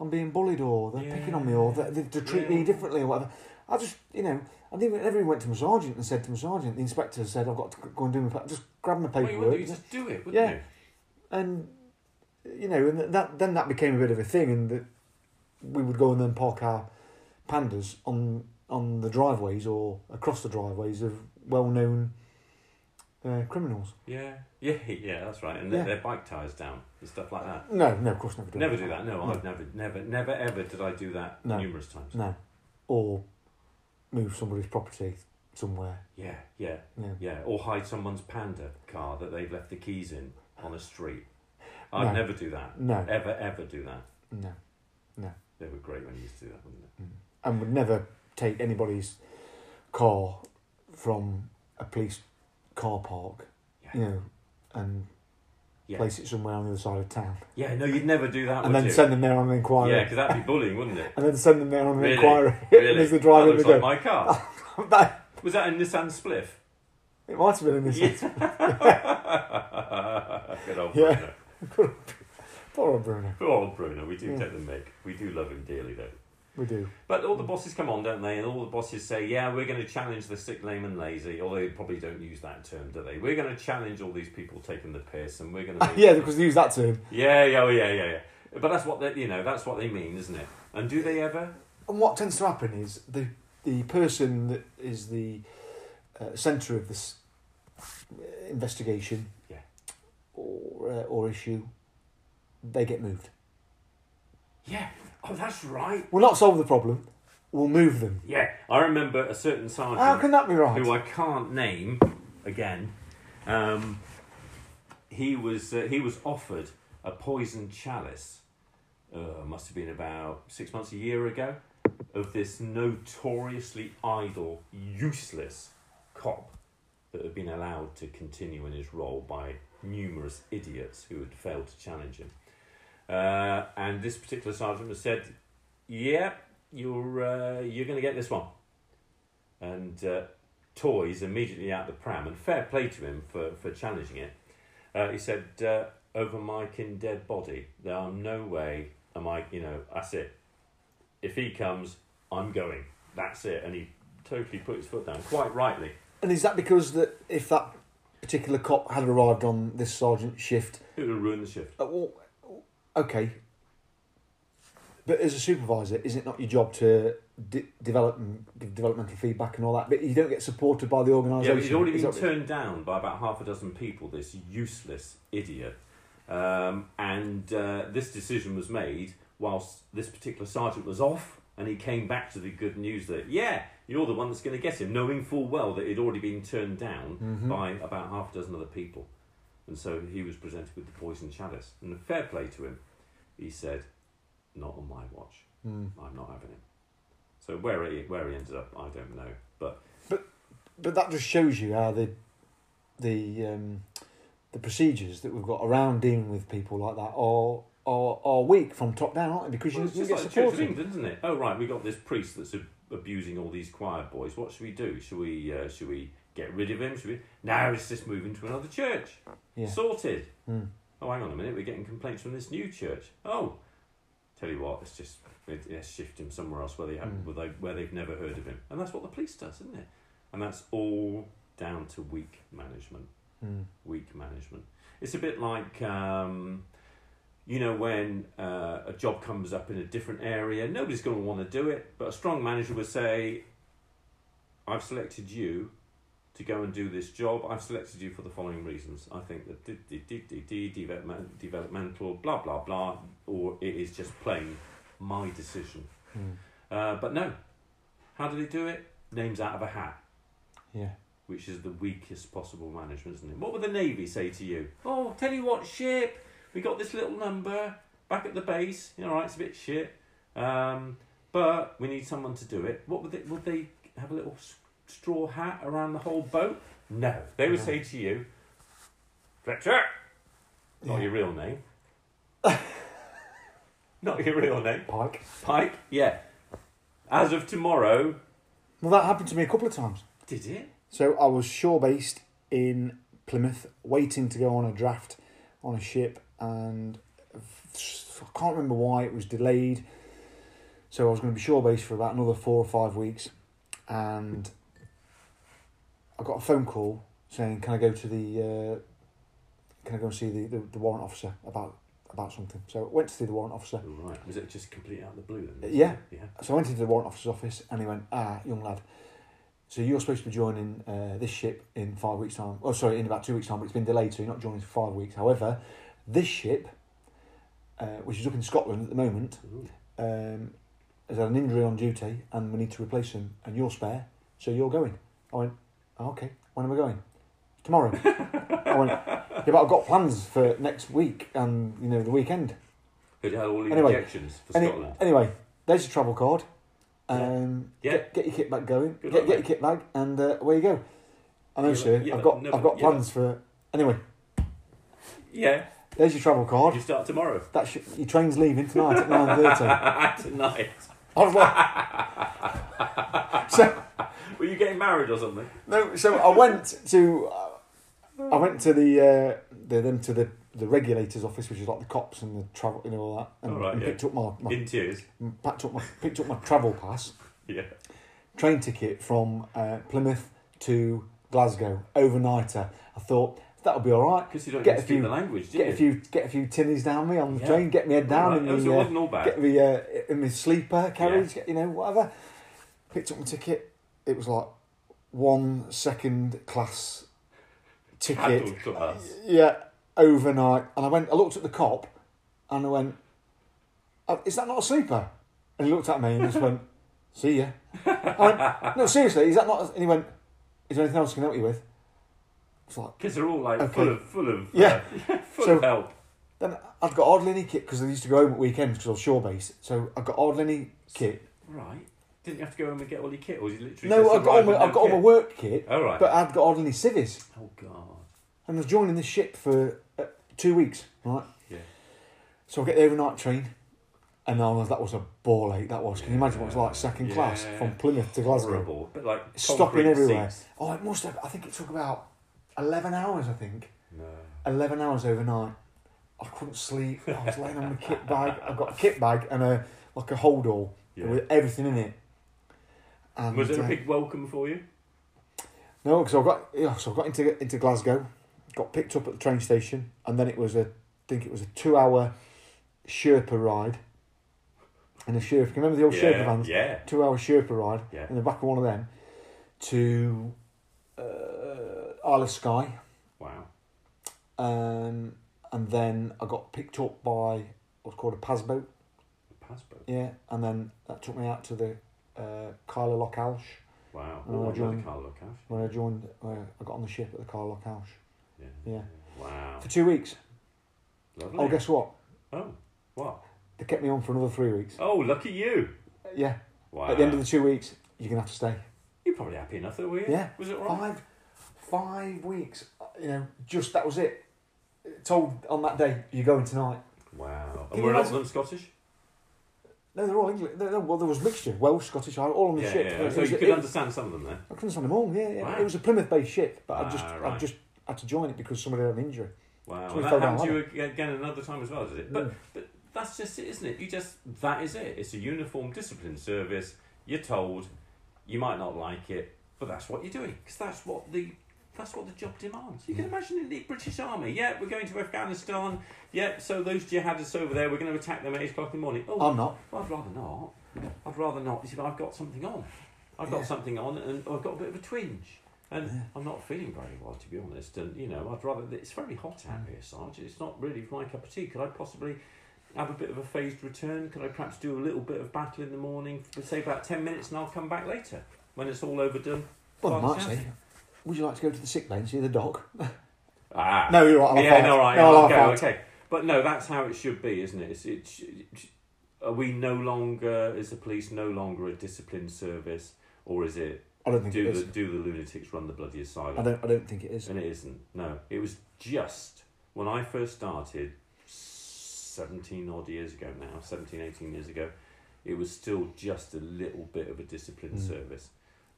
S2: I'm being bullied or they're picking on me or
S1: Yeah.
S2: they, they, they treat
S1: Yeah.
S2: me differently or whatever. I just, you know, I never, never even went to my sergeant and said to my sergeant, the inspector said, I've got to go and do my, pa- just grab my
S1: Well, you would
S2: paperwork.
S1: do, you just do it, wouldn't
S2: Yeah.
S1: you?
S2: and you know, and that then that became a bit of a thing, and that we would go and then park our pandas on on the driveways or across the driveways of well-known uh, criminals.
S1: Yeah, yeah, yeah. That's right. And their
S2: Yeah.
S1: their bike tires down and stuff like that.
S2: No, no, of course, never do
S1: Never do that. No,
S2: No.
S1: I've never, never, never, ever did I do that
S2: No.
S1: numerous times.
S2: No, or move somebody's property somewhere.
S1: Yeah, yeah,
S2: Yeah.
S1: yeah. Or hide someone's panda car that they've left the keys in on a street. I'd
S2: No.
S1: never do that.
S2: No,
S1: Ever, ever do that.
S2: no,
S1: They were great when you used to do that, wouldn't they?
S2: and would never take anybody's car from a police car park. You
S1: Yeah.
S2: know, and
S1: Yeah.
S2: place it somewhere on the other side of town.
S1: Yeah, no, you'd never do that,
S2: and
S1: would
S2: then
S1: you?
S2: send them there on an
S1: yeah,
S2: inquiry.
S1: because that'd be bullying, wouldn't it?
S2: And then send them there on an
S1: Really?
S2: inquiry. and
S1: Really?
S2: there's the
S1: that
S2: driver in the
S1: looks like
S2: door.
S1: my car.
S2: That-
S1: Was that a Nissan Spliff?
S2: it might have been in this.
S1: Yeah. Good old
S2: Yeah.
S1: Bruno.
S2: Poor old Bruno.
S1: Poor old Bruno. We do
S2: Yeah.
S1: take the mick. We do love him dearly, though.
S2: We do.
S1: But
S2: Hmm.
S1: all the bosses come on, don't they? And all the bosses say, yeah, we're going to challenge the sick, lame, and lazy. Although they probably don't use that term, do they? We're going to challenge all these people taking the piss, and we're going to.
S2: Ah, yeah, because they use that term.
S1: Yeah, yeah, oh, yeah, yeah, yeah. But that's what they, you know. That's what they mean, isn't it? And do they ever?
S2: And what tends to happen is the the person that is the uh, centre of this uh, investigation
S1: Yeah.
S2: or, uh, or issue, they get moved.
S1: Yeah. Oh, that's right.
S2: We'll not solve the problem, we'll move them.
S1: Yeah, I remember a certain sergeant.
S2: How can that be right?
S1: who I can't name again, um, he was uh, he was offered a poisoned chalice. Uh, must have been about six months, a year ago, of this notoriously idle, useless cop that had been allowed to continue in his role by numerous idiots who had failed to challenge him. Uh, and this particular sergeant was said, "Yeah, you're uh, you're going to get this one." And uh, toys immediately out the pram, and fair play to him for, for challenging it. Uh, he said, uh, "Over my kin dead body, there are no way am I. You know, that's it. If he comes, I'm going. That's it." And he totally put his foot down, quite rightly.
S2: And is that because that if that particular cop had arrived on this sergeant shift,
S1: It would have ruined the shift.
S2: uh, well, okay. But as a supervisor, is it not your job to de- develop and give developmental feedback and all that? But you don't get supported by the
S1: Yeah,
S2: organisation.
S1: but he'd already
S2: Is
S1: been
S2: that-
S1: turned down by about half a dozen people, this useless idiot. Um, and uh, this decision was made whilst this particular sergeant was off, and he came back to the good news that, yeah, you're the one that's going to get him, knowing full well that he'd already been turned down
S2: Mm-hmm.
S1: by about half a dozen other people. And so he was presented with the poison chalice. And fair play to him, he said, Not on my watch.
S2: Hmm.
S1: I'm not having him. So where he, where he ended up, I don't know. But
S2: But that just shows you how the the um, the procedures that we've got around dealing with people like that are are, are weak from top down, aren't they? Because
S1: Well,
S2: you,
S1: it's
S2: you
S1: just
S2: get
S1: like the Church of
S2: supported.
S1: England, isn't it? Oh right, we got this priest that's ab- abusing all these choir boys. What should we do? Should we uh, should we get rid of him? Should we? No, it's just moving to another church.
S2: Yeah.
S1: Sorted.
S2: Hmm.
S1: Oh, hang on a minute, we're getting complaints from this new church. Oh, tell you what, let's just it, let's shift him somewhere else where they haven't,
S2: Hmm.
S1: where, they, where they've never heard of him, and that's what the police does, isn't it? and that's all down to weak management.
S2: Mm.
S1: Weak management. It's a bit like, um, you know, when uh, a job comes up in a different area, nobody's going to want to do it, but a strong manager would say, I've selected you to go and do this job. I've selected you for the following reasons. I think that d- d- d- d- d- development, developmental, blah, blah, blah, or it is just plain my decision.
S2: Mm.
S1: Uh, but no. How do they do it? Names out of a hat
S2: Yeah.
S1: which is the weakest possible management, isn't it? What would the Navy say to you? Oh, tell you what, ship, we got this little number back at the base. You know, all right, it's a bit shit, um, but we need someone to do it. What would they, would they have a little s- straw hat around the whole boat? No, they would
S2: No.
S1: say to you, Fletcher, not
S2: Yeah.
S1: your real name, not your real name,
S2: Pike.
S1: Pike. Yeah, as of tomorrow,
S2: Well, that happened to me a couple of times.
S1: did it?
S2: So I was shore based in Plymouth, waiting to go on a draft on a ship, and I can't remember why it was delayed. So I was going to be shore based for about another four or five weeks, and I got a phone call saying, "Can I go to the? Uh, can I go and see the, the, the warrant officer about about something?" So I went to see the warrant officer.
S1: All right, was it just complete out of the blue then?
S2: Yeah.
S1: yeah.
S2: So I went into the warrant officer's office and he went, ah, young lad, so you're supposed to be joining uh, this ship in five weeks' time. Oh, sorry, in about two weeks' time, but it's been delayed, so you're not joining for five weeks. However, this ship, uh, which is up in Scotland at the moment,
S1: Ooh.
S2: um, has had an injury on duty and we need to replace him, and you're spare, so you're going. I went, oh, okay, when am I going? Tomorrow. I went, yeah, but I've got plans for next week and, you know, the weekend.
S1: Who'd had all the
S2: Anyway,
S1: injections for
S2: Any-
S1: Scotland.
S2: Anyway, there's your travel card.
S1: Yeah.
S2: Um,
S1: Yeah.
S2: Get, get your kit bag going.
S1: Good
S2: get,
S1: luck,
S2: get your kit bag, and uh, away you go. I know,
S1: Yeah,
S2: sir.
S1: but- yeah,
S2: I've
S1: but-
S2: got
S1: no,
S2: I've
S1: but-
S2: got
S1: yeah,
S2: plans for. Anyway,
S1: Yeah,
S2: there's your travel card.
S1: you start tomorrow.
S2: That's your, your train's leaving tonight at nine thirty. I
S1: Tonight.
S2: was like, so
S1: Were you getting married or something?
S2: no, so I went to uh, I went to the uh, the then to the the regulator's office, which is like the cops and the travel and all that, and,
S1: All right,
S2: and
S1: yeah.
S2: picked up my, my
S1: In tears.
S2: packed up my picked up my travel pass.
S1: Yeah.
S2: train ticket from uh, Plymouth to Glasgow overnighter. I thought that'll be all right.
S1: Because you don't
S2: Get
S1: get
S2: a
S1: speak
S2: few-
S1: the language, do
S2: Get
S1: you?
S2: a few get a few tinnies down me on the
S1: Yeah.
S2: train. Get me head down
S1: Right,
S2: in
S1: oh, so
S2: the
S1: it
S2: uh,
S1: wasn't all bad.
S2: get me uh, in my sleeper carriage. Get, you know whatever. Picked up my ticket. It was like one second class ticket.
S1: Adult class.
S2: Yeah, overnight. And I went. I looked at the cop, and I went, "Oh, "Is that not a sleeper?" And he looked at me and just went, "See ya." I went, "No, seriously, is that not?" a-" And he went, "Is there anything else I can help you with?" It's like
S1: Because they're all like
S2: Okay.
S1: full of full of
S2: Yeah.
S1: uh, full
S2: So-
S1: of help.
S2: then I'd got hardly any kit because I used to go home at weekends because I was shore based. So I got hardly any kit.
S1: Right. Didn't you have to go home and get all your kit, or was you literally?
S2: No,
S1: just
S2: I got all
S1: arrived
S2: my
S1: with
S2: I
S1: no
S2: got all my
S1: kit?
S2: work kit,
S1: All right.
S2: but I'd got hardly any civvies,
S1: oh god.
S2: and I was joining this ship for uh, two weeks. Right.
S1: Yeah.
S2: So I get the overnight train, and I was, that was a ball ache. That was. Can you imagine what it was like second
S1: Yeah.
S2: class from Plymouth to Glasgow?
S1: Horrible. But like
S2: Stopping
S1: concrete
S2: everywhere.
S1: seats.
S2: Oh, it must have. I think it took about eleven hours. I think
S1: No.
S2: eleven hours overnight. I couldn't sleep. I was laying on my kit bag. I've got a kit bag and a like a hold all
S1: Yeah.
S2: with everything in it. And
S1: Was there
S2: uh,
S1: a big welcome for you?
S2: No, because I got yeah, so I got into into Glasgow, got picked up at the train station, and then it was a I think it was a two hour Sherpa ride. And a Sherpa, can you remember the old Sherpa
S1: Yeah.
S2: vans?
S1: Yeah.
S2: Two hour Sherpa ride
S1: Yeah.
S2: in the back of one of them to uh, Isle of Skye,
S1: Wow.
S2: um, and then I got picked up by what's called a pasboat,
S1: A passport.
S2: yeah, and then that took me out to the uh, Kyla Loch Alsh
S1: Wow.
S2: Oh,
S1: Oh, another
S2: John.
S1: Carlo Cash.
S2: when I joined. Uh, I got on the ship at the Kyla Loch Alsh
S1: Yeah.
S2: Yeah.
S1: Wow.
S2: for two weeks.
S1: Lovely.
S2: Oh, guess what?
S1: Oh, what?
S2: They kept me on for another three weeks.
S1: Oh, look at you.
S2: Yeah.
S1: Wow.
S2: At the end of the two weeks, you're gonna have to stay.
S1: You're probably happy enough though, were you?
S2: Yeah.
S1: Was it all right?
S2: Five, five weeks. uh, You know, just that was it. Told on that day, you're going tonight.
S1: Wow.
S2: Can
S1: And we're
S2: you
S1: not
S2: imagine-
S1: them Scottish?
S2: No, they're all English. No, no, well, there was mixture, Welsh, Scottish, Irish, all on the
S1: yeah,
S2: ship.
S1: yeah.
S2: It
S1: So
S2: was-
S1: you could
S2: it-
S1: understand some of them there.
S2: I couldn't understand them all. Yeah, yeah.
S1: Wow.
S2: It was a Plymouth-based ship, but I just,
S1: Ah,
S2: I
S1: right.
S2: just had to join it because somebody had an injury.
S1: Wow.
S2: So we
S1: And that
S2: fell down
S1: happened to you ag- again another time as well, did it? But but that's just it, isn't it? You just that is it. It's a uniform discipline service. You're told you might not like it, But that's what you're doing because that's what the that's what the job demands. You can imagine in the British Army. Yeah, we're going to Afghanistan. Yeah, so those jihadists over there, we're going to attack them at eight o'clock in the morning. Oh,
S2: I'm not.
S1: well, I'd rather not. I'd rather not. You see, but I've got something on. I've
S2: Yeah.
S1: got something on, and I've got a bit of a twinge, and
S2: Yeah.
S1: I'm not feeling very well, to be honest. And you know, I'd rather. It's very hot
S2: Mm.
S1: out here, Sarge. It's not really my cup of tea. Could I possibly? Have a bit of a phased return. Could I perhaps do a little bit of battle in the morning? For, say about ten minutes, and I'll come back later when it's all overdone.
S2: Well, I
S1: Well,
S2: might
S1: it's
S2: say, would you like to go to the sick bay and see the doc?
S1: Ah,
S2: No, you're right. I'll
S1: yeah,
S2: fight.
S1: no, right.
S2: No, I'll
S1: okay,
S2: fight.
S1: okay. But no, that's how it should be, isn't it? It's, it sh- it sh- are we no longer, is the police no longer a disciplined service, or is it
S2: I don't think it
S1: do
S2: is.
S1: the do the lunatics run the bloody
S2: I
S1: asylum?
S2: don't. I don't think it is.
S1: And it isn't. No, it was just when I first started, seventeen odd years ago now, 17, 18 years ago. It was still just a little bit of a disciplined
S2: Mm.
S1: service,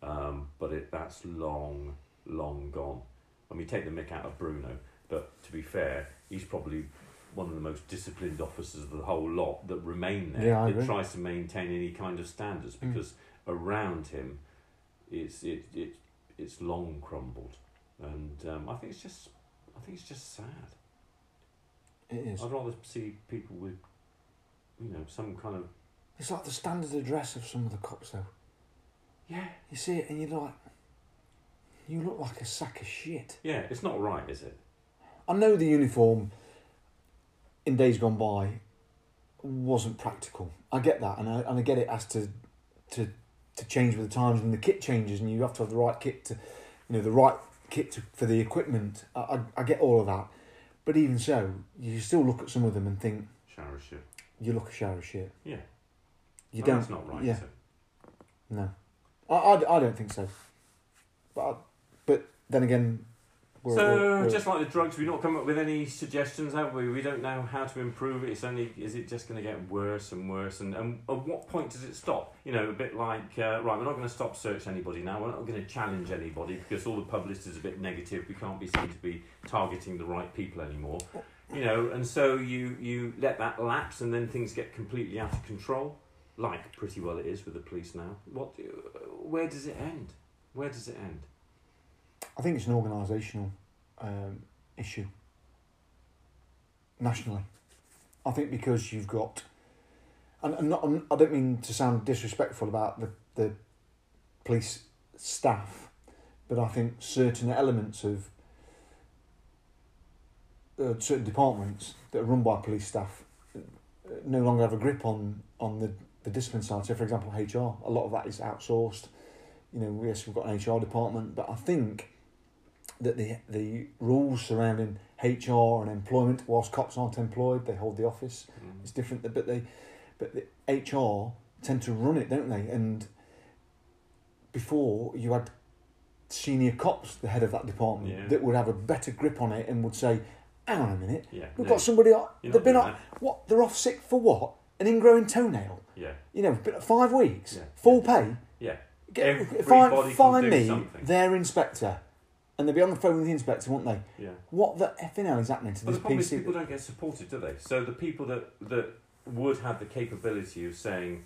S1: um, but it that's long, long gone. I mean, take the mick out of Bruno, but to be fair, he's probably one of the most disciplined officers of the whole lot that remain there.
S2: Yeah, I
S1: that
S2: agree.
S1: tries to maintain any kind of standards
S2: Mm.
S1: because around him, it's it, it it's long crumbled, and um, I think it's just I think it's just sad.
S2: It is.
S1: I'd rather see people with, you know, some kind of
S2: It's like the standard address of some of the cops, though.
S1: yeah
S2: You see it and you're like, you look like a sack of shit.
S1: yeah. It's not right, is it?
S2: I know the uniform in days gone by wasn't practical. I get that, and I, and I get it as to to to change with the times and the kit changes, and you have to have the right kit to, you know, the right kit to, for the equipment. I, I, I get all of that, but even so, you still look at some of them and think
S1: Shower shit.
S2: you look a shower of shit.
S1: Yeah.
S2: You
S1: No,
S2: don't.
S1: That's not right.
S2: yeah.
S1: is it?
S2: No, I, I, I don't think so. But I, but then again, we're,
S1: so
S2: we're- we're-
S1: just like the drugs, we've not come up with any suggestions, have we? We don't know how to improve it. It's only is it just going to get worse and worse? And, and at what point does it stop? You know, a bit like uh, right, we're not going to stop search anybody now. We're not going to challenge anybody because all the publicity's a bit negative. We can't be seen to be targeting the right people anymore. You know, and so you you let that lapse, and then things get completely out of control, like pretty well it is with the police now. What? Where does it end? Where does it end?
S2: I think it's an organisational um, issue nationally. I think because you've got, and, and not, and I don't mean to sound disrespectful about the, the police staff, but I think certain elements of uh, certain departments that are run by police staff uh, no longer have a grip on, on the, the discipline side. So, for example, HR, a lot of that is outsourced you know, yes, we've got an HR department, but I think that the the rules surrounding HR and employment, whilst cops aren't employed, they hold the office. It's different, but they, but the HR tend to run it, don't they? And before you had senior cops, the head of that department,
S1: Yeah.
S2: that would have a better grip on it and would say, "Hang on a minute,
S1: Yeah,
S2: we've
S1: no,
S2: got somebody. On,
S1: you're
S2: they've
S1: not
S2: been
S1: doing
S2: on what? They're off sick for what? An ingrowing toenail?
S1: yeah,
S2: You know, been five weeks,
S1: Yeah.
S2: full pay."
S1: yeah.
S2: Get,
S1: Everybody
S2: find
S1: can
S2: find
S1: do
S2: me
S1: something.
S2: their inspector, and they'll be on the phone with the inspector, won't they?
S1: Yeah.
S2: What the effing hell is happening to
S1: But
S2: this
S1: the problem is
S2: PC?
S1: people don't get supported, do they? So the people that that would have the capability of saying,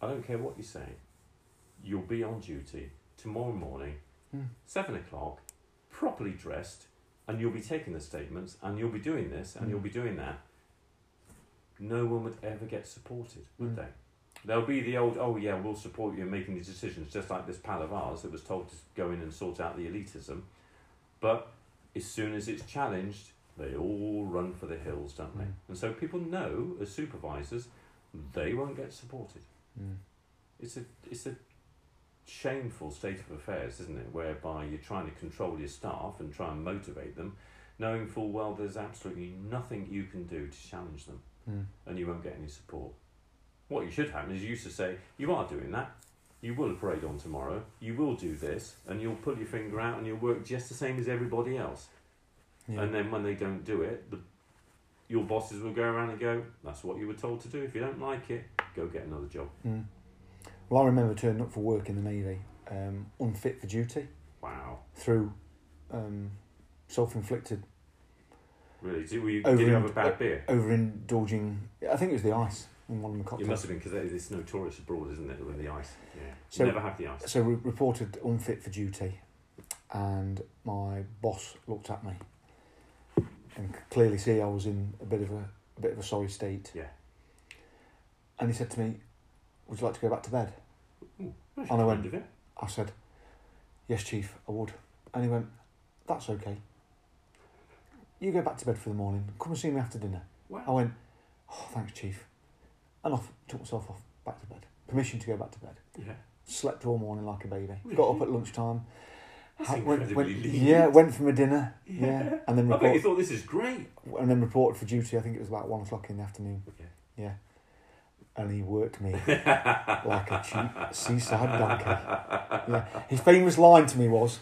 S1: "I don't care what you say, you'll be on duty tomorrow morning,
S2: Hmm.
S1: seven o'clock, properly dressed, and you'll be taking the statements, and you'll be doing this, and
S2: Hmm.
S1: you'll be doing that." No one would ever get supported, would
S2: Hmm.
S1: they? There'll be the old, oh yeah, we'll support you in making these decisions, just like this pal of ours that was told to go in and sort out the elitism. But as soon as it's challenged, they all run for the hills, don't they?
S2: Mm.
S1: And so people know, as supervisors, they won't get supported.
S2: Mm.
S1: It's a, it's a shameful state of affairs, isn't it? Whereby you're trying to control your staff and try and motivate them, knowing full well there's absolutely nothing you can do to challenge them
S2: Mm.
S1: and you won't get any support. What you should happen is you used to say, You are doing that, you will parade on tomorrow, you will do this, and you'll pull your finger out and you'll work just the same as everybody else.
S2: Yeah.
S1: And then when they don't do it, the, your bosses will go around and go, That's what you were told to do. If you don't like it, go get another job.
S2: Mm. Well, I remember turning up for work in the Navy, um, unfit for duty
S1: Wow.
S2: through um, self-inflicted
S1: Really? Did, were you,
S2: Over
S1: did you
S2: and-
S1: have a bad beer?
S2: overindulging. I think it was the ice. in one of the cockpits.
S1: It must have been because it's notorious abroad, isn't it, with the ice? Yeah.
S2: So-
S1: you never have the ice.
S2: So we reported unfit for duty, and my boss looked at me and could clearly see I was in a bit of a, a bit of a sorry state.
S1: Yeah.
S2: And he said to me, "Would you like to go back to bed?" And I went-
S1: End of it.
S2: I said, "Yes, chief, I would." And he went, "That's okay. You go back to bed for the morning. Come and see me after dinner." I
S1: Wow.
S2: went, "Oh, thanks, chief," and off took myself off back to bed. Permission to go back to bed.
S1: Yeah.
S2: Slept all morning like a baby. Got up at lunchtime.
S1: That's
S2: Ha-
S1: incredibly lean.
S2: yeah, went for my dinner. Yeah, and then
S1: I bet you
S2: report,
S1: thought this is great.
S2: and then reported for duty. I think it was about one o'clock in the afternoon.
S1: Okay.
S2: Yeah, and he worked me like a cheap seaside donkey. Yeah, his famous line to me was,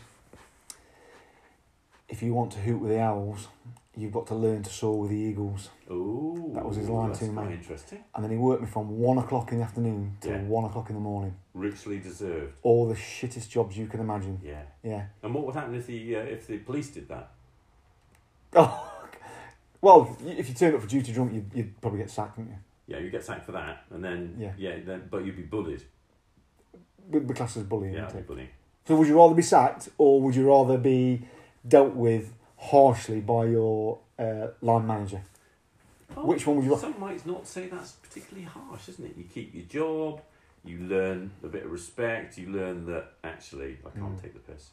S2: "If you want to hoot with the owls, you've got to learn to soar with the eagles."
S1: Oh,
S2: That was his line
S1: that's
S2: to me.
S1: quite Interesting.
S2: And then he worked me from one o'clock in the afternoon till
S1: Yeah.
S2: one o'clock in the morning.
S1: Richly deserved.
S2: All the shittest jobs you can imagine.
S1: Yeah.
S2: Yeah.
S1: And what would happen if the uh, if the police did that?
S2: Oh, well, y- if you turned up for duty drunk, you'd, you'd probably get sacked, wouldn't you?
S1: Yeah, you get sacked for that, and then
S2: Yeah.
S1: then but you'd be bullied.
S2: Be, be classed as bullying,
S1: Yeah,
S2: wouldn't
S1: I'd
S2: it?
S1: be bullying.
S2: So would you rather be sacked or would you rather be dealt with harshly by your uh, line manager?
S1: Oh,
S2: Which one would you?
S1: Some might not say that's particularly harsh, isn't it? You keep your job, you learn a bit of respect, you learn that actually I can't
S2: Mm.
S1: take the piss,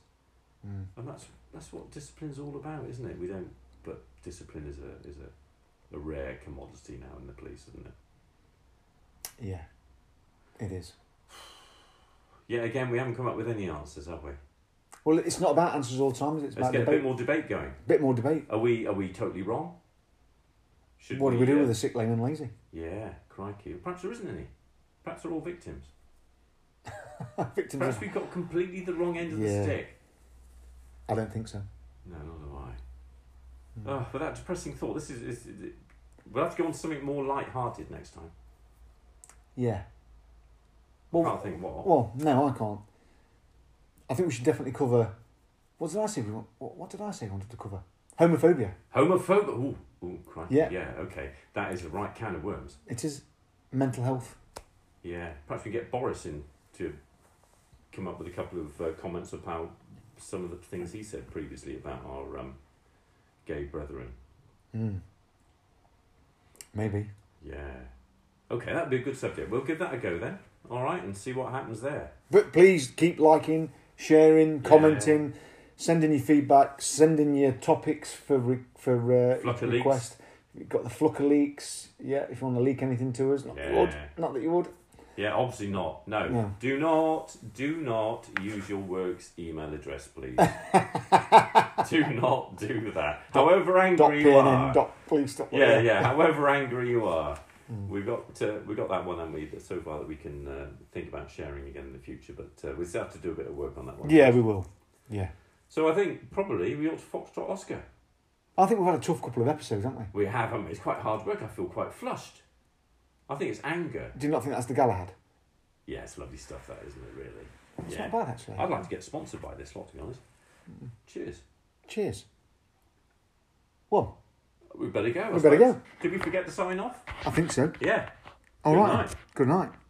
S2: Mm.
S1: and that's that's what discipline's all about, isn't it? We don't, but discipline is a is a, a rare commodity now in the police, isn't it?
S2: Yeah, it is.
S1: Yeah, again, we haven't come up with any answers, have we?
S2: Well, it's not about answers all the time. is it? It's
S1: Let's
S2: about
S1: get a
S2: debate.
S1: bit more debate going.
S2: bit more debate.
S1: Are we are we totally wrong? Should
S2: What do we do
S1: uh,
S2: with the sick, lame, and lazy?
S1: Yeah, crikey. Perhaps there isn't any. Perhaps they're all victims.
S2: Victims.
S1: Perhaps
S2: Of,
S1: we got completely the wrong end of the
S2: Yeah.
S1: stick.
S2: I don't think so.
S1: No, not do I.
S2: Mm.
S1: Oh, but that depressing thought. This is, is, is- we'll have to go on to something more light-hearted next time.
S2: Yeah.
S1: I
S2: Well,
S1: can't think what.
S2: Well, no, I can't. I think we should definitely cover. What did I say? We want, what, what did I say? I wanted to cover homophobia.
S1: Homophobia. Ooh, ooh, crikey.
S2: Yeah.
S1: yeah, okay. That is the right can of worms.
S2: It is mental health.
S1: Yeah. Perhaps we get Boris in to come up with a couple of uh, comments about some of the things he said previously about our um, gay brethren. Hmm.
S2: Mm. Maybe.
S1: Yeah. Okay, that'd be a good subject. We'll give that a go then. All right, and see what happens there.
S2: But please keep liking, sharing,
S1: Yeah.
S2: commenting, sending your feedback, sending your topics for re- for uh,
S1: Flucker leaks.
S2: request. We've got the flucker leaks. Yeah, if you want to leak anything to us, not that you would.
S1: Yeah.
S2: Not that you would.
S1: Yeah, obviously not. No.
S2: No.
S1: Do not, do not use your work's email address, please. do not do that. However
S2: Dot
S1: angry you
S2: PNN.
S1: are.
S2: Dot please. Dot
S1: yeah, yeah. However angry you are,
S2: Mm.
S1: we've got uh, we got that one, haven't we? That so far that we can uh, think about sharing again in the future, but uh, we still have to do a bit of work on that one.
S2: Yeah, we will. Yeah.
S1: So I think probably we ought to foxtrot Oscar.
S2: I think we've had a tough couple of episodes, haven't we?
S1: We have. I mean, it's quite hard work. I feel quite flushed. I think it's anger.
S2: Do you not think that's the Galahad?
S1: Yeah, it's lovely stuff, that isn't it? Really.
S2: It's
S1: Yeah.
S2: not bad actually.
S1: I'd like to get sponsored by this lot, to be honest. Cheers.
S2: Cheers. Well,
S1: We better go. I
S2: We better
S1: suppose.
S2: go.
S1: Did we forget to sign off?
S2: I think so.
S1: Yeah.
S2: All
S1: Good
S2: right.
S1: night.
S2: Good night.